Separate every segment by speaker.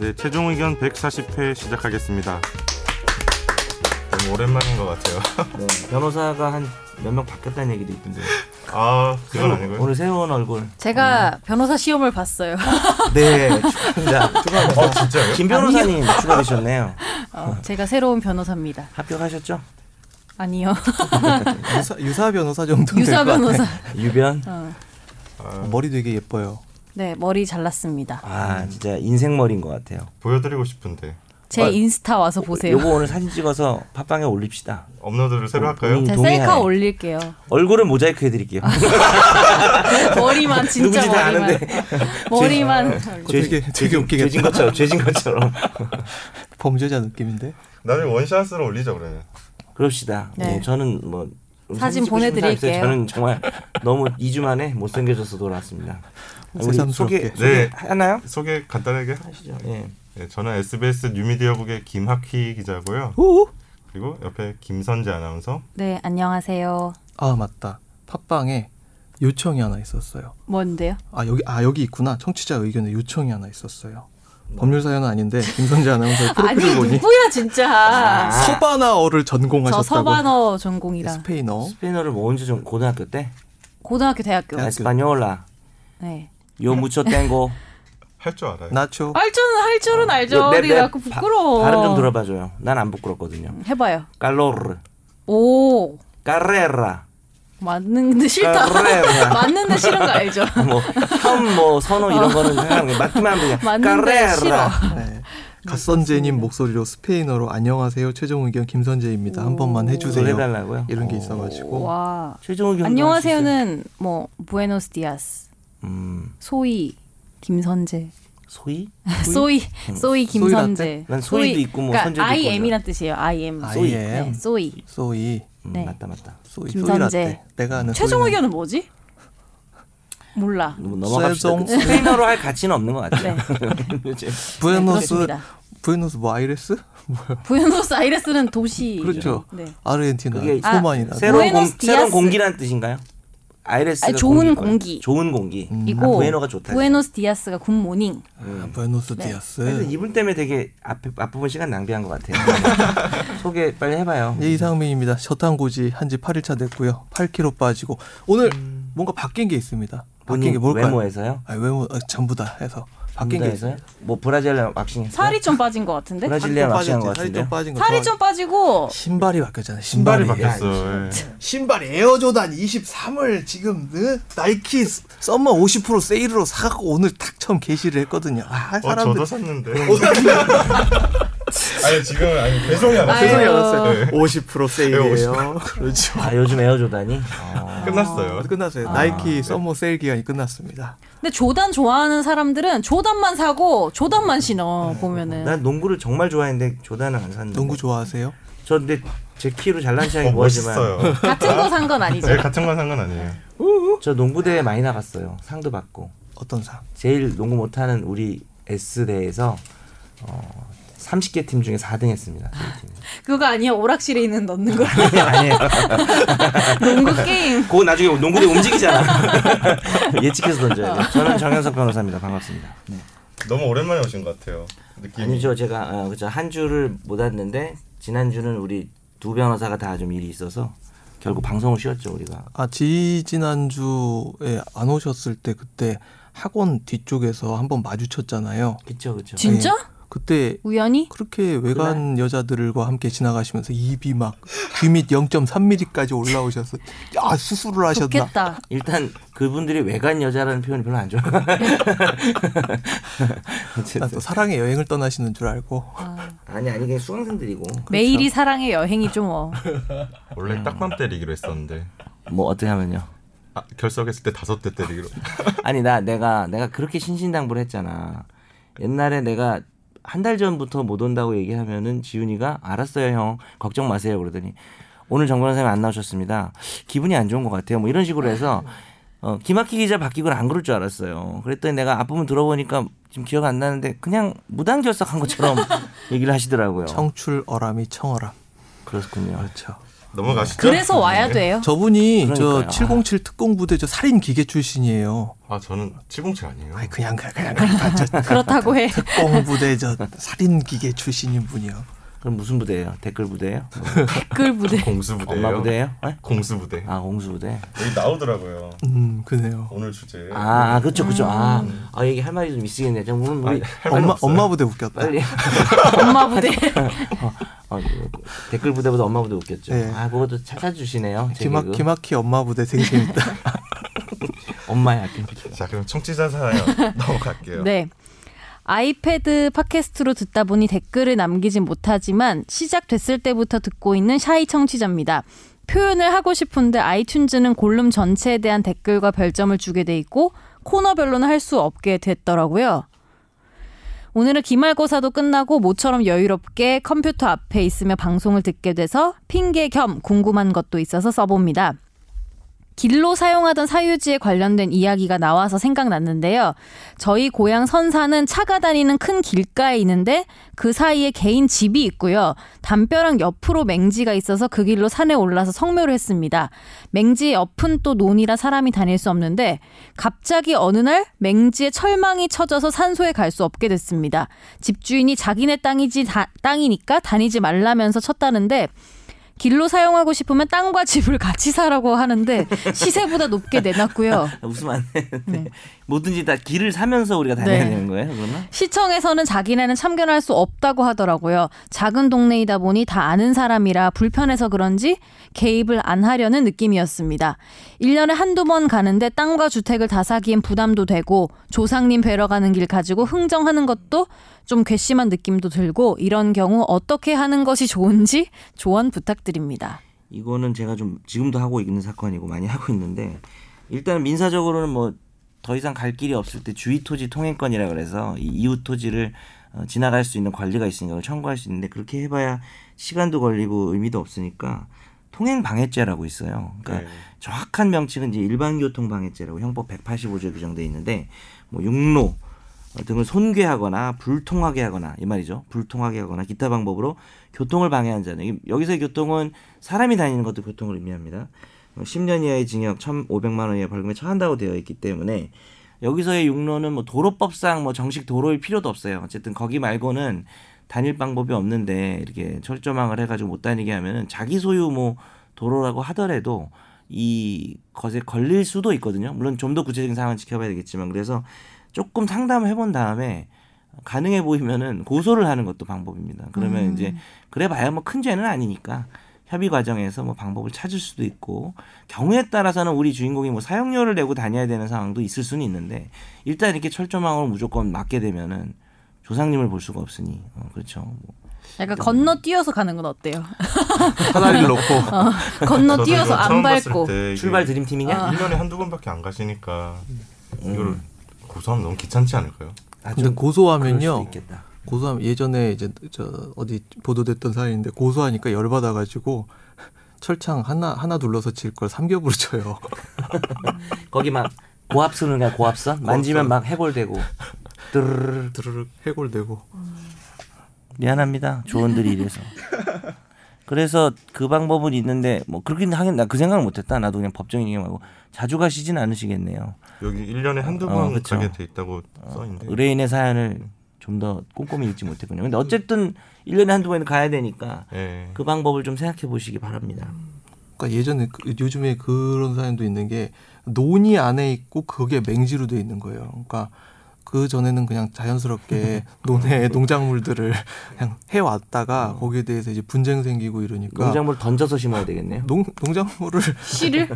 Speaker 1: 네, 최종 의견 140회 시작하겠습니다. 너무 오랜만인 것 같아요.
Speaker 2: 네, 변호사가 한 몇 명 바뀌었다는 얘기도 있던데.
Speaker 1: 아 그건 아니고요.
Speaker 2: 오늘 새로운 얼굴. 음.
Speaker 3: 제가 변호사 시험을 봤어요.
Speaker 2: 네,
Speaker 4: 아,
Speaker 2: 축하합니다.
Speaker 1: 어 진짜요?
Speaker 2: 김 변호사님 추가되셨네요.
Speaker 3: 어, 제가 새로운 변호사입니다.
Speaker 2: 합격하셨죠?
Speaker 3: 아니요.
Speaker 4: 유사, 유사 변호사 정도 될것
Speaker 3: 유사
Speaker 4: 같아요.
Speaker 3: 변호사.
Speaker 2: 유변.
Speaker 3: 어.
Speaker 4: 어, 머리 되게 예뻐요.
Speaker 3: 네, 머리 잘랐습니다.
Speaker 2: 아, 진짜 인생 머리인 것 같아요.
Speaker 1: 보여드리고 싶은데
Speaker 3: 제
Speaker 2: 아,
Speaker 3: 인스타 와서 보세요.
Speaker 2: 요거 오늘 사진 찍어서 팟빵에 올립시다.
Speaker 1: 업로드를 새로 할까요?
Speaker 2: 음.
Speaker 3: 제
Speaker 2: 동의하네.
Speaker 3: 셀카 올릴게요.
Speaker 2: 얼굴은 모자이크 해드릴게요.
Speaker 3: 머리만 아, 진짜
Speaker 2: 누군지 다
Speaker 3: 머리만.
Speaker 2: 아는데.
Speaker 3: 머리만.
Speaker 4: 그거 되게 되게 웃기겠다.
Speaker 2: 죄진 것처럼, 죄진 것처럼.
Speaker 4: 범죄자 느낌인데.
Speaker 1: 나중에 원샷으로 올리죠 그러면.
Speaker 2: 그럽시다.
Speaker 3: 네.
Speaker 2: 네, 저는 뭐
Speaker 3: 사진
Speaker 2: 찍고 싶은 사람 있어요?
Speaker 3: 보내드릴게요.
Speaker 2: 저는 정말 너무 2주 만에 못생겨져서 돌아왔습니다. 우리
Speaker 4: 새삼스럽게.
Speaker 2: 소개, 소개
Speaker 1: 네.
Speaker 2: 하나요?
Speaker 1: 소개 간단하게
Speaker 2: 하시죠. 예.
Speaker 1: 네, 저는 SBS 뉴미디어국의 김학휘 기자고요.
Speaker 4: 오.
Speaker 1: 그리고 옆에 김선재 아나운서.
Speaker 3: 네, 안녕하세요.
Speaker 4: 아 맞다. 팟빵에 요청이 하나 있었어요.
Speaker 3: 뭔데요?
Speaker 4: 아 여기 아 여기 있구나. 청취자 의견에 요청이 하나 있었어요. 법률 사연은 아닌데 김선재 아나운서의
Speaker 3: 아니
Speaker 4: 프로필 보니
Speaker 3: 누구야 진짜.
Speaker 4: 서바나어를
Speaker 3: 저
Speaker 4: 전공하셨다고.
Speaker 3: 서반어 전공이라
Speaker 4: 스페인어.
Speaker 2: 아, 스페인어를 뭐 언제 좀 고등학교 때?
Speaker 3: 고등학교
Speaker 2: 아,
Speaker 3: 대학교.
Speaker 4: 대학-
Speaker 2: 에스파뇰라
Speaker 3: 네.
Speaker 2: 요 무초 땡고
Speaker 1: 할 줄 알아요.
Speaker 2: 어.
Speaker 4: 나초.
Speaker 3: 할 줄은 할 줄은 알죠.
Speaker 2: 내-
Speaker 3: 근데
Speaker 2: 내
Speaker 3: 자꾸 부끄러워.
Speaker 2: 네, 바, 발음 좀 들어봐줘요 난 안 부끄럽거든요
Speaker 3: 해봐요.
Speaker 2: 칼로르
Speaker 3: 오
Speaker 2: 까레라
Speaker 3: 맞는데
Speaker 2: 아,
Speaker 3: 싫다.
Speaker 2: 까레라.
Speaker 3: 맞는데 싫은 거 알죠?
Speaker 2: 뭐 현, 뭐 선호 이런 거는 상관없고 맞기만 하면 그냥
Speaker 3: 맞는데
Speaker 2: 까레라
Speaker 3: 아.
Speaker 4: 네. 갓선재님 목소리로 스페인어로 안녕하세요 최종 의견 김선재입니다 한 번만
Speaker 2: 주세요
Speaker 4: 해주세요
Speaker 2: 해달라고요
Speaker 4: 이런 게 있어가지고
Speaker 3: 와.
Speaker 2: 최종 의견
Speaker 3: 안녕하세요는 뭐 부에노스 디아스,
Speaker 2: 음
Speaker 3: 소이, 김선재,
Speaker 2: 소이
Speaker 3: 소이, 소이 김선재.
Speaker 4: 소이라떼?
Speaker 2: 음. 난 소이도 있고 뭐
Speaker 3: 그러니까
Speaker 2: 선재도 있고
Speaker 3: I am이란 뜻이에요. I am.
Speaker 4: I
Speaker 2: 소이.
Speaker 4: am
Speaker 3: 네, 소이.
Speaker 4: 소이
Speaker 2: 음,
Speaker 3: 네.
Speaker 2: 맞다 맞다
Speaker 4: 소이
Speaker 3: 김선재.
Speaker 4: 소이라떼 내가 아는
Speaker 3: 최종
Speaker 4: 소이는
Speaker 3: 의견은 뭐지? 몰라.
Speaker 2: 너무 뭐 넘어갑시다
Speaker 4: 쇠송.
Speaker 2: 그 스페인어로 할 가치는 없는 것
Speaker 3: 네.
Speaker 2: 같아요
Speaker 4: 부에노스
Speaker 3: 그렇습니다.
Speaker 4: 부에노스 뭐 아이레스 뭐야
Speaker 3: 부에노스 아이레스는 도시.
Speaker 4: 그렇죠
Speaker 3: 네.
Speaker 4: 아르헨티나
Speaker 2: 그게
Speaker 4: 소만이나
Speaker 3: 아,
Speaker 2: 새로운, 공,
Speaker 3: 부에노스
Speaker 2: 새로운
Speaker 3: 디아스.
Speaker 2: 공기란 뜻인가요? 아이레스가
Speaker 3: 아니, 좋은
Speaker 2: 공기일 거예요.
Speaker 3: 공기.
Speaker 2: 좋은 공기.
Speaker 3: 음. 이고
Speaker 2: 아, 부에노가 좋다.
Speaker 3: 부에노스 디아스가 굿모닝.
Speaker 4: 아, 부에노스
Speaker 3: 네.
Speaker 2: 그래서
Speaker 4: 디아스
Speaker 2: 이분 때문에 되게 앞, 앞부분 시간 낭비한 것 같아요. 소개 빨리 해봐요.
Speaker 4: 예, 이상민입니다 저탄고지 한지 8일차 됐고요 8kg 빠지고 오늘 뭔가 바뀐 게 있습니다 바뀐
Speaker 2: 음. 본인
Speaker 4: 게 뭘까요?
Speaker 2: 외모에서요?
Speaker 4: 아, 외모 아, 전부 다 해서 바뀐 게
Speaker 2: 분다에서요?
Speaker 4: 있어요
Speaker 2: 뭐 브라질리안 왁싱 했어요?
Speaker 3: 살이 좀 빠진 것 같은데?
Speaker 2: 브라질리안
Speaker 4: 살이
Speaker 2: 왁싱한
Speaker 4: 좀
Speaker 2: 것
Speaker 4: 빠졌지, 살이 좀
Speaker 2: 같은데요?
Speaker 4: 빠진 거
Speaker 3: 살이
Speaker 4: 좋아하지.
Speaker 3: 좀 빠지고
Speaker 4: 신발이 바뀌었잖아요 신발이,
Speaker 1: 신발이 바뀌었어요. 예.
Speaker 4: 신발 에어조단 23을 지금 네? 나이키 스- 썸머 50% 세일로 사갖고 오늘 탁 처음 게시를 했거든요. 아,
Speaker 1: 어
Speaker 4: 사람들
Speaker 1: 저도 샀는데. 아니 지금 아니 배송이 안
Speaker 3: 아유.
Speaker 1: 왔어요.
Speaker 4: 세상에
Speaker 3: 아유.
Speaker 4: 알았어요. 50% 세일이에요.
Speaker 1: 50%.
Speaker 4: 그렇죠. 아,
Speaker 2: 아 요즘 에어조단이? 어.
Speaker 1: 끝났어요.
Speaker 4: 끝났어요. 나이키 썸머 세일 기간이 끝났습니다.
Speaker 3: 근데 조단 좋아하는 사람들은 조단만 사고 조단만 신어 보면은
Speaker 2: 아, 난 농구를 정말 좋아했는데 조단은 안 샀는데.
Speaker 4: 농구 좋아하세요?
Speaker 2: 저 근데 제 키로 잘난
Speaker 1: 어,
Speaker 2: 체하긴 뭐하지만
Speaker 1: 멋있어요.
Speaker 3: 같은 거 산 건 아니죠.
Speaker 1: 네, 같은 건 상관 아니에요.
Speaker 2: 저 농구대회 많이 나갔어요. 상도 받고.
Speaker 4: 어떤 사?
Speaker 2: 제일 농구 못하는 우리 S대에서 어, 30개 팀 중에 4등 했습니다. 저희 팀이.
Speaker 3: 그거 아니야 오락실에 있는 넣는 거
Speaker 2: 아니에요.
Speaker 3: 농구 게임.
Speaker 2: 그거 나중에 농구대 움직이잖아. 예측해서 던져야 돼요. 저는 정현석 변호사입니다. 반갑습니다.
Speaker 1: 너무 오랜만에 오신 것 같아요. 느낌이.
Speaker 2: 아니죠. 제가 어, 그쵸. 한 주를 못 왔는데 지난 주는 우리 두 변호사가 다 좀 일이 있어서 결국 방송을 쉬었죠 우리가.
Speaker 4: 아, 지지난주에 안 오셨을 때 그때 학원 뒤쪽에서 한번 마주쳤잖아요.
Speaker 2: 그렇죠, 그렇죠.
Speaker 3: 진짜?
Speaker 4: 네. 그때
Speaker 3: 우연히?
Speaker 4: 그렇게 외간 여자들과 함께 지나가시면서 입이 막 귀 밑 0.3mm까지 올라오셔서 야 수술을 하셨나? 그렇죠.
Speaker 3: 좋겠다.
Speaker 2: 일단 그분들이 외간 여자라는 표현이 별로 안 좋아.
Speaker 4: 난
Speaker 2: 어쨌든
Speaker 4: 또 사랑의 여행을 떠나시는 줄 알고
Speaker 2: 아니 아니 그냥 수강생들이고
Speaker 3: 매일이 사랑의 여행이죠 뭐.
Speaker 2: 음.
Speaker 1: 원래 딱밤 때리기로 했었는데
Speaker 2: 뭐 어떻게 하면요.
Speaker 1: 아, 결석했을 때 다섯 대 때리기로.
Speaker 2: 아니 나 내가 내가 그렇게 신신당부를 했잖아. 옛날에 내가 한 달 전부터 못 온다고 얘기하면은 지훈이가 알았어요 형 걱정 마세요 그러더니 오늘 정 변호사님 안 나오셨습니다. 기분이 안 좋은 것 같아요. 뭐 이런 식으로 해서 어, 김학기 기자 바뀌고 안 그럴 줄 알았어요. 그랬더니 내가 앞부분 들어보니까 지금 기억 안 나는데 그냥 무당 결석한 것처럼 얘기를 하시더라고요.
Speaker 4: 청출 어람이 청어람
Speaker 2: 그렇군요.
Speaker 4: 그렇죠.
Speaker 1: 넘어가시죠.
Speaker 3: 그래서 와야 돼요.
Speaker 4: 저분이
Speaker 2: 그러니까요.
Speaker 4: 저 707 특공부대 저 살인 기계 출신이에요.
Speaker 1: 아 저는 707 아니에요.
Speaker 4: 아니 그냥 그냥 그냥, 그냥 저
Speaker 3: 그렇다고 해.
Speaker 4: 특공부대 저 살인 기계 출신인 분이요.
Speaker 2: 그럼 무슨 부대예요? 댓글 부대예요? 뭐,
Speaker 3: 댓글 부대.
Speaker 1: 공수 부대예요.
Speaker 2: 엄마 부대예요? 예?
Speaker 1: 공수 부대.
Speaker 2: 아 공수 부대.
Speaker 1: 여기 나오더라고요.
Speaker 4: 음 그래요.
Speaker 1: 오늘 주제.
Speaker 2: 아, 아 그렇죠 그렇죠. 아, 아 얘기 할 말이 좀 있으겠네. 좀 오늘 우리
Speaker 1: 할 말은
Speaker 4: 엄마
Speaker 1: 없어요.
Speaker 4: 엄마 부대 웃겼다.
Speaker 2: 빨리
Speaker 3: 엄마 부대.
Speaker 2: 어, 댓글 부대보다 엄마 부대 웃겼죠.
Speaker 4: 네.
Speaker 2: 아 그것도 찾아주시네요. 제
Speaker 4: 기막
Speaker 2: 개그.
Speaker 4: 기막히 엄마 부대 되게 재밌다.
Speaker 2: 엄마야.
Speaker 1: 자 그럼 청취자 사연 넘어갈게요.
Speaker 3: 네. 아이패드 팟캐스트로 듣다 보니 댓글을 남기진 못하지만 시작됐을 때부터 듣고 있는 샤이 청취자입니다. 표현을 하고 싶은데 아이튠즈는 골룸 전체에 대한 댓글과 별점을 주게 돼 있고 코너별로는 할 수 없게 됐더라고요. 오늘은 기말고사도 끝나고 모처럼 여유롭게 컴퓨터 앞에 있으며 방송을 듣게 돼서 핑계 겸 궁금한 것도 있어서 써봅니다. 길로 사용하던 사유지에 관련된 이야기가 나와서 생각났는데요. 저희 고향 선사는 차가 다니는 큰 길가에 있는데 그 사이에 개인 집이 있고요. 담벼락 옆으로 맹지가 있어서 그 길로 산에 올라서 성묘를 했습니다. 맹지 옆은 또 논이라 사람이 다닐 수 없는데 갑자기 어느 날 맹지에 철망이 쳐져서 산소에 갈 수 없게 됐습니다. 집주인이 자기네 땅이지 다- 땅이니까 다니지 말라면서 쳤다는데 길로 사용하고 싶으면 땅과 집을 같이 사라고 하는데 시세보다 높게 내놨고요.
Speaker 2: 웃으면 안 되는데
Speaker 4: 네.
Speaker 2: 뭐든지 다 길을 사면서 우리가 다녀야
Speaker 3: 네.
Speaker 2: 되는 거예요, 그러면?
Speaker 3: 시청에서는 자기네는 참견할 수 없다고 하더라고요. 작은 동네이다 보니 다 아는 사람이라 불편해서 그런지 개입을 안 하려는 느낌이었습니다. 1년에 한두 번 가는데 땅과 주택을 다 사기엔 부담도 되고 조상님 뵈러 가는 길 가지고 흥정하는 것도 좀 괘씸한 느낌도 들고 이런 경우 어떻게 하는 것이 좋은지 조언 부탁드립니다.
Speaker 2: 이거는 제가 좀 지금도 하고 있는 사건이고 많이 하고 있는데 일단 민사적으로는 뭐 더 이상 갈 길이 없을 때 주위 토지 통행권이라 그래서 이 이웃 토지를 어, 지나갈 수 있는 관리가 있으니까 그걸 청구할 수 있는데 그렇게 해봐야 시간도 걸리고 의미도 없으니까 통행 방해죄라고 있어요. 그러니까 정확한 명칭은 이제 일반교통 방해죄라고 형법 185조에 규정돼 있는데 뭐 육로 어, 등을 손괴하거나 불통하게 하거나 이 말이죠. 불통하게 하거나 기타 방법으로 교통을 방해한 자는 이- 여기서의 교통은 사람이 다니는 것도 교통을 의미합니다. 어, 10년 이하의 징역 1,500만 원 이하의 벌금에 처한다고 되어 있기 때문에 여기서의 육로는 뭐 도로법상 뭐 정식 도로일 필요도 없어요. 어쨌든 거기 말고는 다닐 방법이 없는데 이렇게 철조망을 해가지고 못 다니게 하면은 자기 소유 뭐 도로라고 하더라도 이 것에 걸릴 수도 있거든요. 물론 좀 더 구체적인 상황은 지켜봐야 되겠지만 그래서 조금 상담해 본 다음에 가능해 보이면은 고소를 하는 것도 방법입니다. 그러면 이제 그래봐야 뭐 큰 죄는 아니니까 협의 과정에서 뭐 방법을 찾을 수도 있고 경우에 따라서는 우리 주인공이 뭐 사용료를 내고 다녀야 되는 상황도 있을 수는 있는데 일단 이렇게 철조망으로 무조건 맞게 되면은 조상님을 볼 수가 없으니 어, 그렇죠. 뭐
Speaker 3: 약간 건너뛰어서 가는 건 어때요?
Speaker 4: 사다리를 놓고
Speaker 1: 저도
Speaker 3: 어, 건너뛰어서
Speaker 1: 이거
Speaker 3: 안
Speaker 1: 처음 봤을
Speaker 3: 밟고.
Speaker 1: 때 이게
Speaker 2: 출발 드림팀이냐? 음.
Speaker 1: 1년에 한두 번밖에 안 가시니까 이거를 고소하면 너무 귀찮지 않을까요?
Speaker 2: 아,
Speaker 4: 근데
Speaker 2: 그럴 수도
Speaker 4: 고소하면요.
Speaker 2: 있겠다.
Speaker 4: 고소하면 예전에 이제 저 어디 보도됐던 사연인데 고소하니까 열 받아가지고 철창 하나 하나 둘러서 칠 걸 삼겹으로 쳐요.
Speaker 2: 거기 막 고압선을 가 고압선 만지면 막 해골되고 드르르
Speaker 4: 드르륵 해골되고
Speaker 2: 미안합니다 조언들이 이래서 그래서 그 방법은 있는데 뭐 그렇긴 하긴 나 그 생각을 못했다 나도 그냥 법정인 말고 자주 가시진 않으시겠네요
Speaker 1: 여기 1년에 한두
Speaker 2: 어,
Speaker 1: 번
Speaker 2: 그쵸.
Speaker 1: 가게 돼 있다고 써 있는데
Speaker 2: 의뢰인의 사연을 좀 더 꼼꼼히 읽지 못했군요 근데 어쨌든 1년에 한두 번은 가야 되니까
Speaker 1: 예.
Speaker 2: 그 방법을 좀 생각해 보시기 바랍니다
Speaker 4: 그러니까 예전에 그- 요즘에 그런 사연도 있는 게 논이 안에 있고 그게 맹지로 돼 있는 거예요. 그러니까 그 전에는 그냥 자연스럽게 논의 농작물들을 그냥 해 왔다가 거기에 대해서 이제 분쟁 생기고 이러니까
Speaker 2: 어. 농작물 던져서 심어야 되겠네요
Speaker 4: 농, 농작물을
Speaker 3: 씨를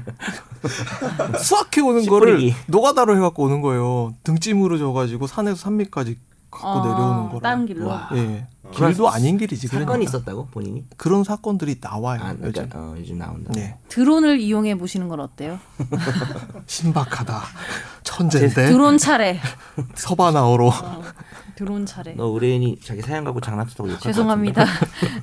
Speaker 4: 수확해 오는
Speaker 2: 씨뿌리기.
Speaker 4: 거를 노가다로 해갖고 오는 거예요. 등짐으로 져가지고 산에서 산밑까지 갖고 내려오는 거라.
Speaker 3: 딴 어, 길로.
Speaker 4: 예, 길도 아닌 길이지.
Speaker 2: 사건이
Speaker 4: 그러니까.
Speaker 2: 있었다고 본인이
Speaker 4: 그런 사건들이 나와요.
Speaker 2: 아
Speaker 4: 요즘.
Speaker 2: 그러니까 어, 요즘 나온다
Speaker 4: 네,
Speaker 3: 드론을 이용해 보시는 건 어때요?
Speaker 4: 신박하다. 천재인데
Speaker 3: 드론 차례.
Speaker 4: 서바나오로
Speaker 3: 들어온 차례.
Speaker 2: 너 의뢰인이 자기 사연 갖고 장난쳤다고 욕할 것
Speaker 3: 죄송합니다.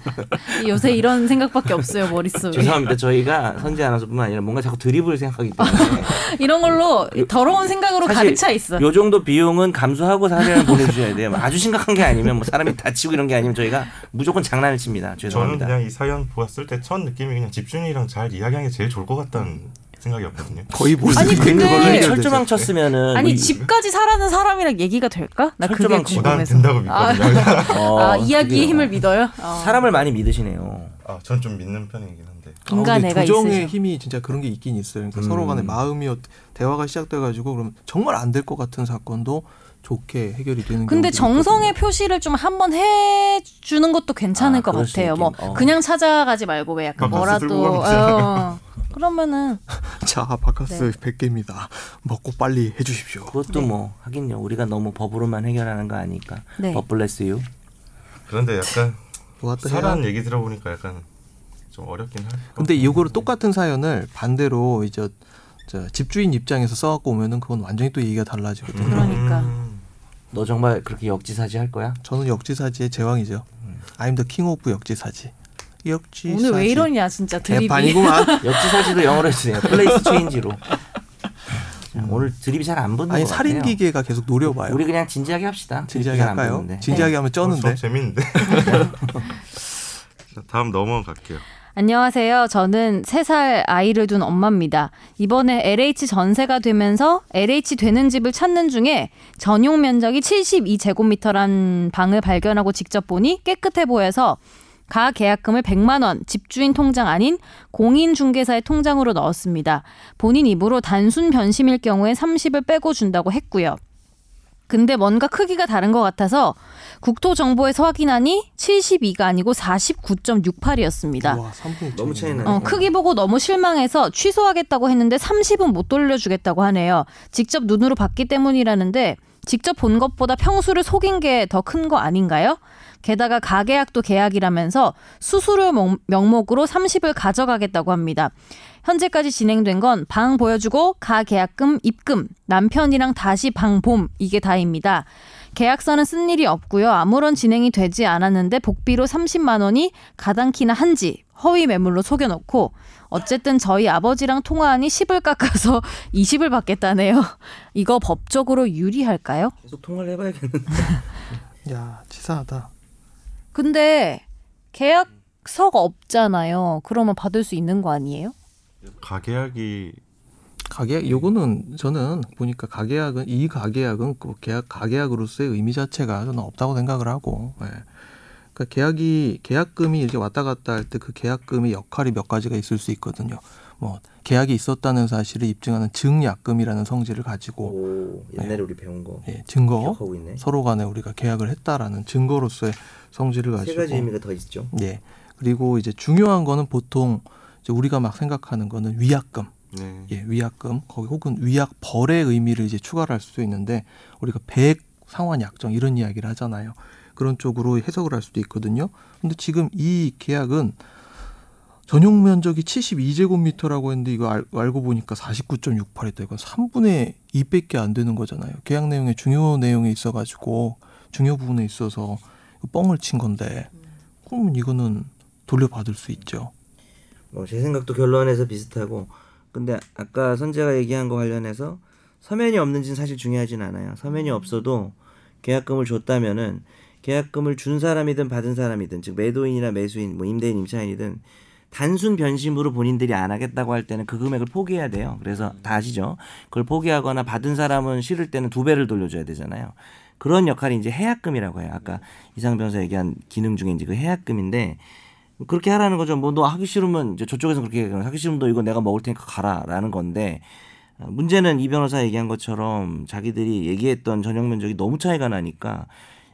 Speaker 3: 요새 이런 생각밖에 없어요 머릿속에.
Speaker 2: 같은데. 죄송합니다. 저희가 선지 아나운서뿐만 아니라 뭔가 자꾸 드립을 생각하기 때문에
Speaker 3: 이런 걸로 더러운 생각으로
Speaker 2: 사실
Speaker 3: 가득 차 있어.
Speaker 2: 요 정도 비용은 감수하고 사례를 보내주셔야 돼요. 아주 심각한 게 아니면 뭐 사람이 다치고 이런 게 아니면 저희가 무조건 장난을 칩니다.
Speaker 1: 저는
Speaker 2: 죄송합니다.
Speaker 1: 그냥 이 사연 보았을 때 첫 느낌이 그냥 집준이랑 잘 이야기하는 게 제일 좋을 것 같다는 생각이었거든요.
Speaker 4: 거의 모든
Speaker 3: 아니,
Speaker 4: 게
Speaker 3: 근데-
Speaker 4: 있는 걸로
Speaker 2: 이미
Speaker 3: 네.
Speaker 4: 해결되죠.
Speaker 2: 철조망 쳤으면은
Speaker 3: 아니
Speaker 2: 우리-
Speaker 3: 집까지 사라는 사람이랑 얘기가 될까? 나 그게
Speaker 2: 철조망 치고.
Speaker 1: 난
Speaker 3: 궁금해서.
Speaker 1: 된다고
Speaker 3: 아,
Speaker 1: 믿거든요.
Speaker 2: 어,
Speaker 3: 아, 이야기의
Speaker 2: 그게- 아,
Speaker 3: 힘을 믿어요. 어.
Speaker 2: 사람을 많이 믿으시네요.
Speaker 1: 아, 전 좀 믿는 편이긴 한데.
Speaker 4: 아,
Speaker 3: 인간애가
Speaker 4: 근데 조정의
Speaker 3: 있으셔.
Speaker 4: 힘이 진짜 그런 게 있긴 있어요. 그러니까
Speaker 2: 음.
Speaker 4: 서로 간에 마음이 어- 대화가 시작돼가지고 그럼 정말 안 될 것 같은 사건도 좋게 해결이 되는.
Speaker 3: 근데
Speaker 4: 경우도
Speaker 3: 정성의 표시를 좀 한번 해주는 것도 괜찮을
Speaker 2: 아,
Speaker 3: 것
Speaker 2: 그럴 수
Speaker 3: 같아요. 뭐
Speaker 2: 있긴. 어.
Speaker 3: 그냥 찾아가지 말고 왜 약간
Speaker 1: 막 박수 들고
Speaker 3: 뭐라도 어, 그러면은
Speaker 4: 있거든요. 자,
Speaker 3: 네.
Speaker 4: 바카스 100개입니다. 먹고 빨리 해주십시오.
Speaker 2: 그것도 뭐 하긴요. 우리가 너무 법으로만 해결하는 거 아니까.
Speaker 3: 네.
Speaker 2: 법블레스유.
Speaker 1: 그런데 약간
Speaker 4: 뭐또 해야.
Speaker 1: 사람 얘기 들어보니까 약간 좀 어렵긴 할. 것
Speaker 4: 근데
Speaker 1: 같아요.
Speaker 4: 이거를 똑같은 사연을 반대로 이제 저 집주인 입장에서 써갖고 오면은 그건 완전히 또 얘기가 달라지거든요.
Speaker 1: 음.
Speaker 3: 그러니까.
Speaker 2: 너 정말 그렇게 역지사지 할 거야?
Speaker 4: 저는 역지사지의 제왕이죠. 음. I'm the king of 역지사지. 역지사지.
Speaker 3: 오늘 왜 이러냐 진짜 드립이.
Speaker 4: 대판이구만.
Speaker 2: 역지사지도 영어로 해주세요. 플레이스 체인지로. 자, 오늘 드립이 잘 안 붙는
Speaker 4: 아니
Speaker 2: 것 같아요.
Speaker 4: 살인 기계가 계속 노려봐요.
Speaker 2: 우리 그냥 진지하게 합시다. 드립이
Speaker 4: 진지하게
Speaker 2: 잘안
Speaker 4: 할까요?
Speaker 2: 붙는데.
Speaker 4: 진지하게 하면
Speaker 1: 어, 수업
Speaker 3: 네.
Speaker 4: 쩌는데.
Speaker 1: 재밌는데. 자, 다음 넘어갈게요.
Speaker 3: 안녕하세요. 저는 3살 아이를 둔 엄마입니다. 이번에 LH 전세가 되면서 LH 되는 집을 찾는 중에 전용 면적이 72제곱미터란 방을 발견하고 직접 보니 깨끗해 보여서 가 계약금을 100만 원 집주인 통장 아닌 공인 중개사의 통장으로 넣었습니다. 본인 입으로 단순 변심일 경우에 30을 빼고 준다고 했고요. 근데 뭔가 크기가 다른 것 같아서 국토정보에서 확인하니 72가 아니고 49.68이었습니다.
Speaker 4: 와, 3분
Speaker 2: 너무 차이 나네.
Speaker 3: 어, 크기 보고 너무 실망해서 취소하겠다고 했는데 30은 못 돌려주겠다고 하네요. 직접 눈으로 봤기 때문이라는데 직접 본 것보다 평수를 속인 게 더 큰 거 아닌가요? 게다가 가계약도 계약이라면서 수수료 명- 명목으로 30을 가져가겠다고 합니다. 현재까지 진행된 건 방 보여주고 가계약금 입금 남편이랑 다시 방봄 이게 다입니다. 계약서는 쓴 일이 없고요. 아무런 진행이 되지 않았는데 복비로 30만 원이 가당키나 한지 허위 매물로 속여놓고 어쨌든 저희 아버지랑 통화하니 10을 깎아서 20을 받겠다네요. 이거 법적으로 유리할까요?
Speaker 2: 계속 통화를 해봐야겠는데.
Speaker 4: 야, 치사하다.
Speaker 3: 근데 계약서가 없잖아요. 그러면 받을 수 있는 거 아니에요?
Speaker 1: 가계약이
Speaker 4: 가계약 요거는 저는 보니까 가계약은 이 가계약은 그 계약 가계약으로서의 의미 자체가 저는 없다고 생각을 하고 예. 그러니까 계약이 계약금이 이렇게 왔다 갔다 할 때 그 계약금의 역할이 몇 가지가 있을 수 있거든요. 뭐 계약이 있었다는 사실을 입증하는 증약금이라는 성질을 가지고
Speaker 2: 오, 옛날에 우리 배운 거
Speaker 4: 예, 증거
Speaker 2: 기억하고 있네.
Speaker 4: 서로 간에 우리가 계약을 했다라는 증거로서의 성질을
Speaker 2: 세
Speaker 4: 가지고
Speaker 2: 가지 의미가 더 있죠.
Speaker 4: 예. 그리고 이제 중요한 거는 보통 이제 우리가 막 생각하는 거는 위약금
Speaker 1: 네.
Speaker 4: 예, 위약금 거기 혹은 위약 벌의 의미를 이제 추가를 할 수도 있는데 우리가 배액 상환 약정 이런 이야기를 하잖아요. 그런 쪽으로 해석을 할 수도 있거든요. 근데 지금 이 계약은 전용 면적이 72제곱미터라고 했는데 이거 알, 알고 보니까 49.68이다. 이건 3분의 2밖에 안 되는 거잖아요. 계약 내용의 중요 내용에 있어 가지고 중요 부분에 있어서 이거 뻥을 친 건데 그러면 이거는 돌려받을 수 있죠.
Speaker 2: 뭐 제 생각도 결론에서 비슷하고 근데 아까 선재가 얘기한 거 관련해서 서면이 없는지는 사실 중요하진 않아요. 서면이 없어도 계약금을 줬다면은 계약금을 준 사람이든 받은 사람이든 즉 매도인이나 매수인 뭐 임대인 임차인이든 단순 변심으로 본인들이 안 하겠다고 할 때는 그 금액을 포기해야 돼요. 그래서 다 아시죠? 그걸 포기하거나 받은 사람은 싫을 때는 두 배를 돌려줘야 되잖아요. 그런 역할이 이제 해약금이라고 해요. 아까 이상 변호사 얘기한 기능 중에 이제 그 해약금인데 그렇게 하라는 거죠. 뭐 너 하기 싫으면 이제 저쪽에서 그렇게 얘기하면 하기 싫으면 너 이거 내가 먹을 테니까 가라라는 건데 어, 문제는 이 변호사 얘기한 것처럼 자기들이 얘기했던 전용 면적이 너무 차이가 나니까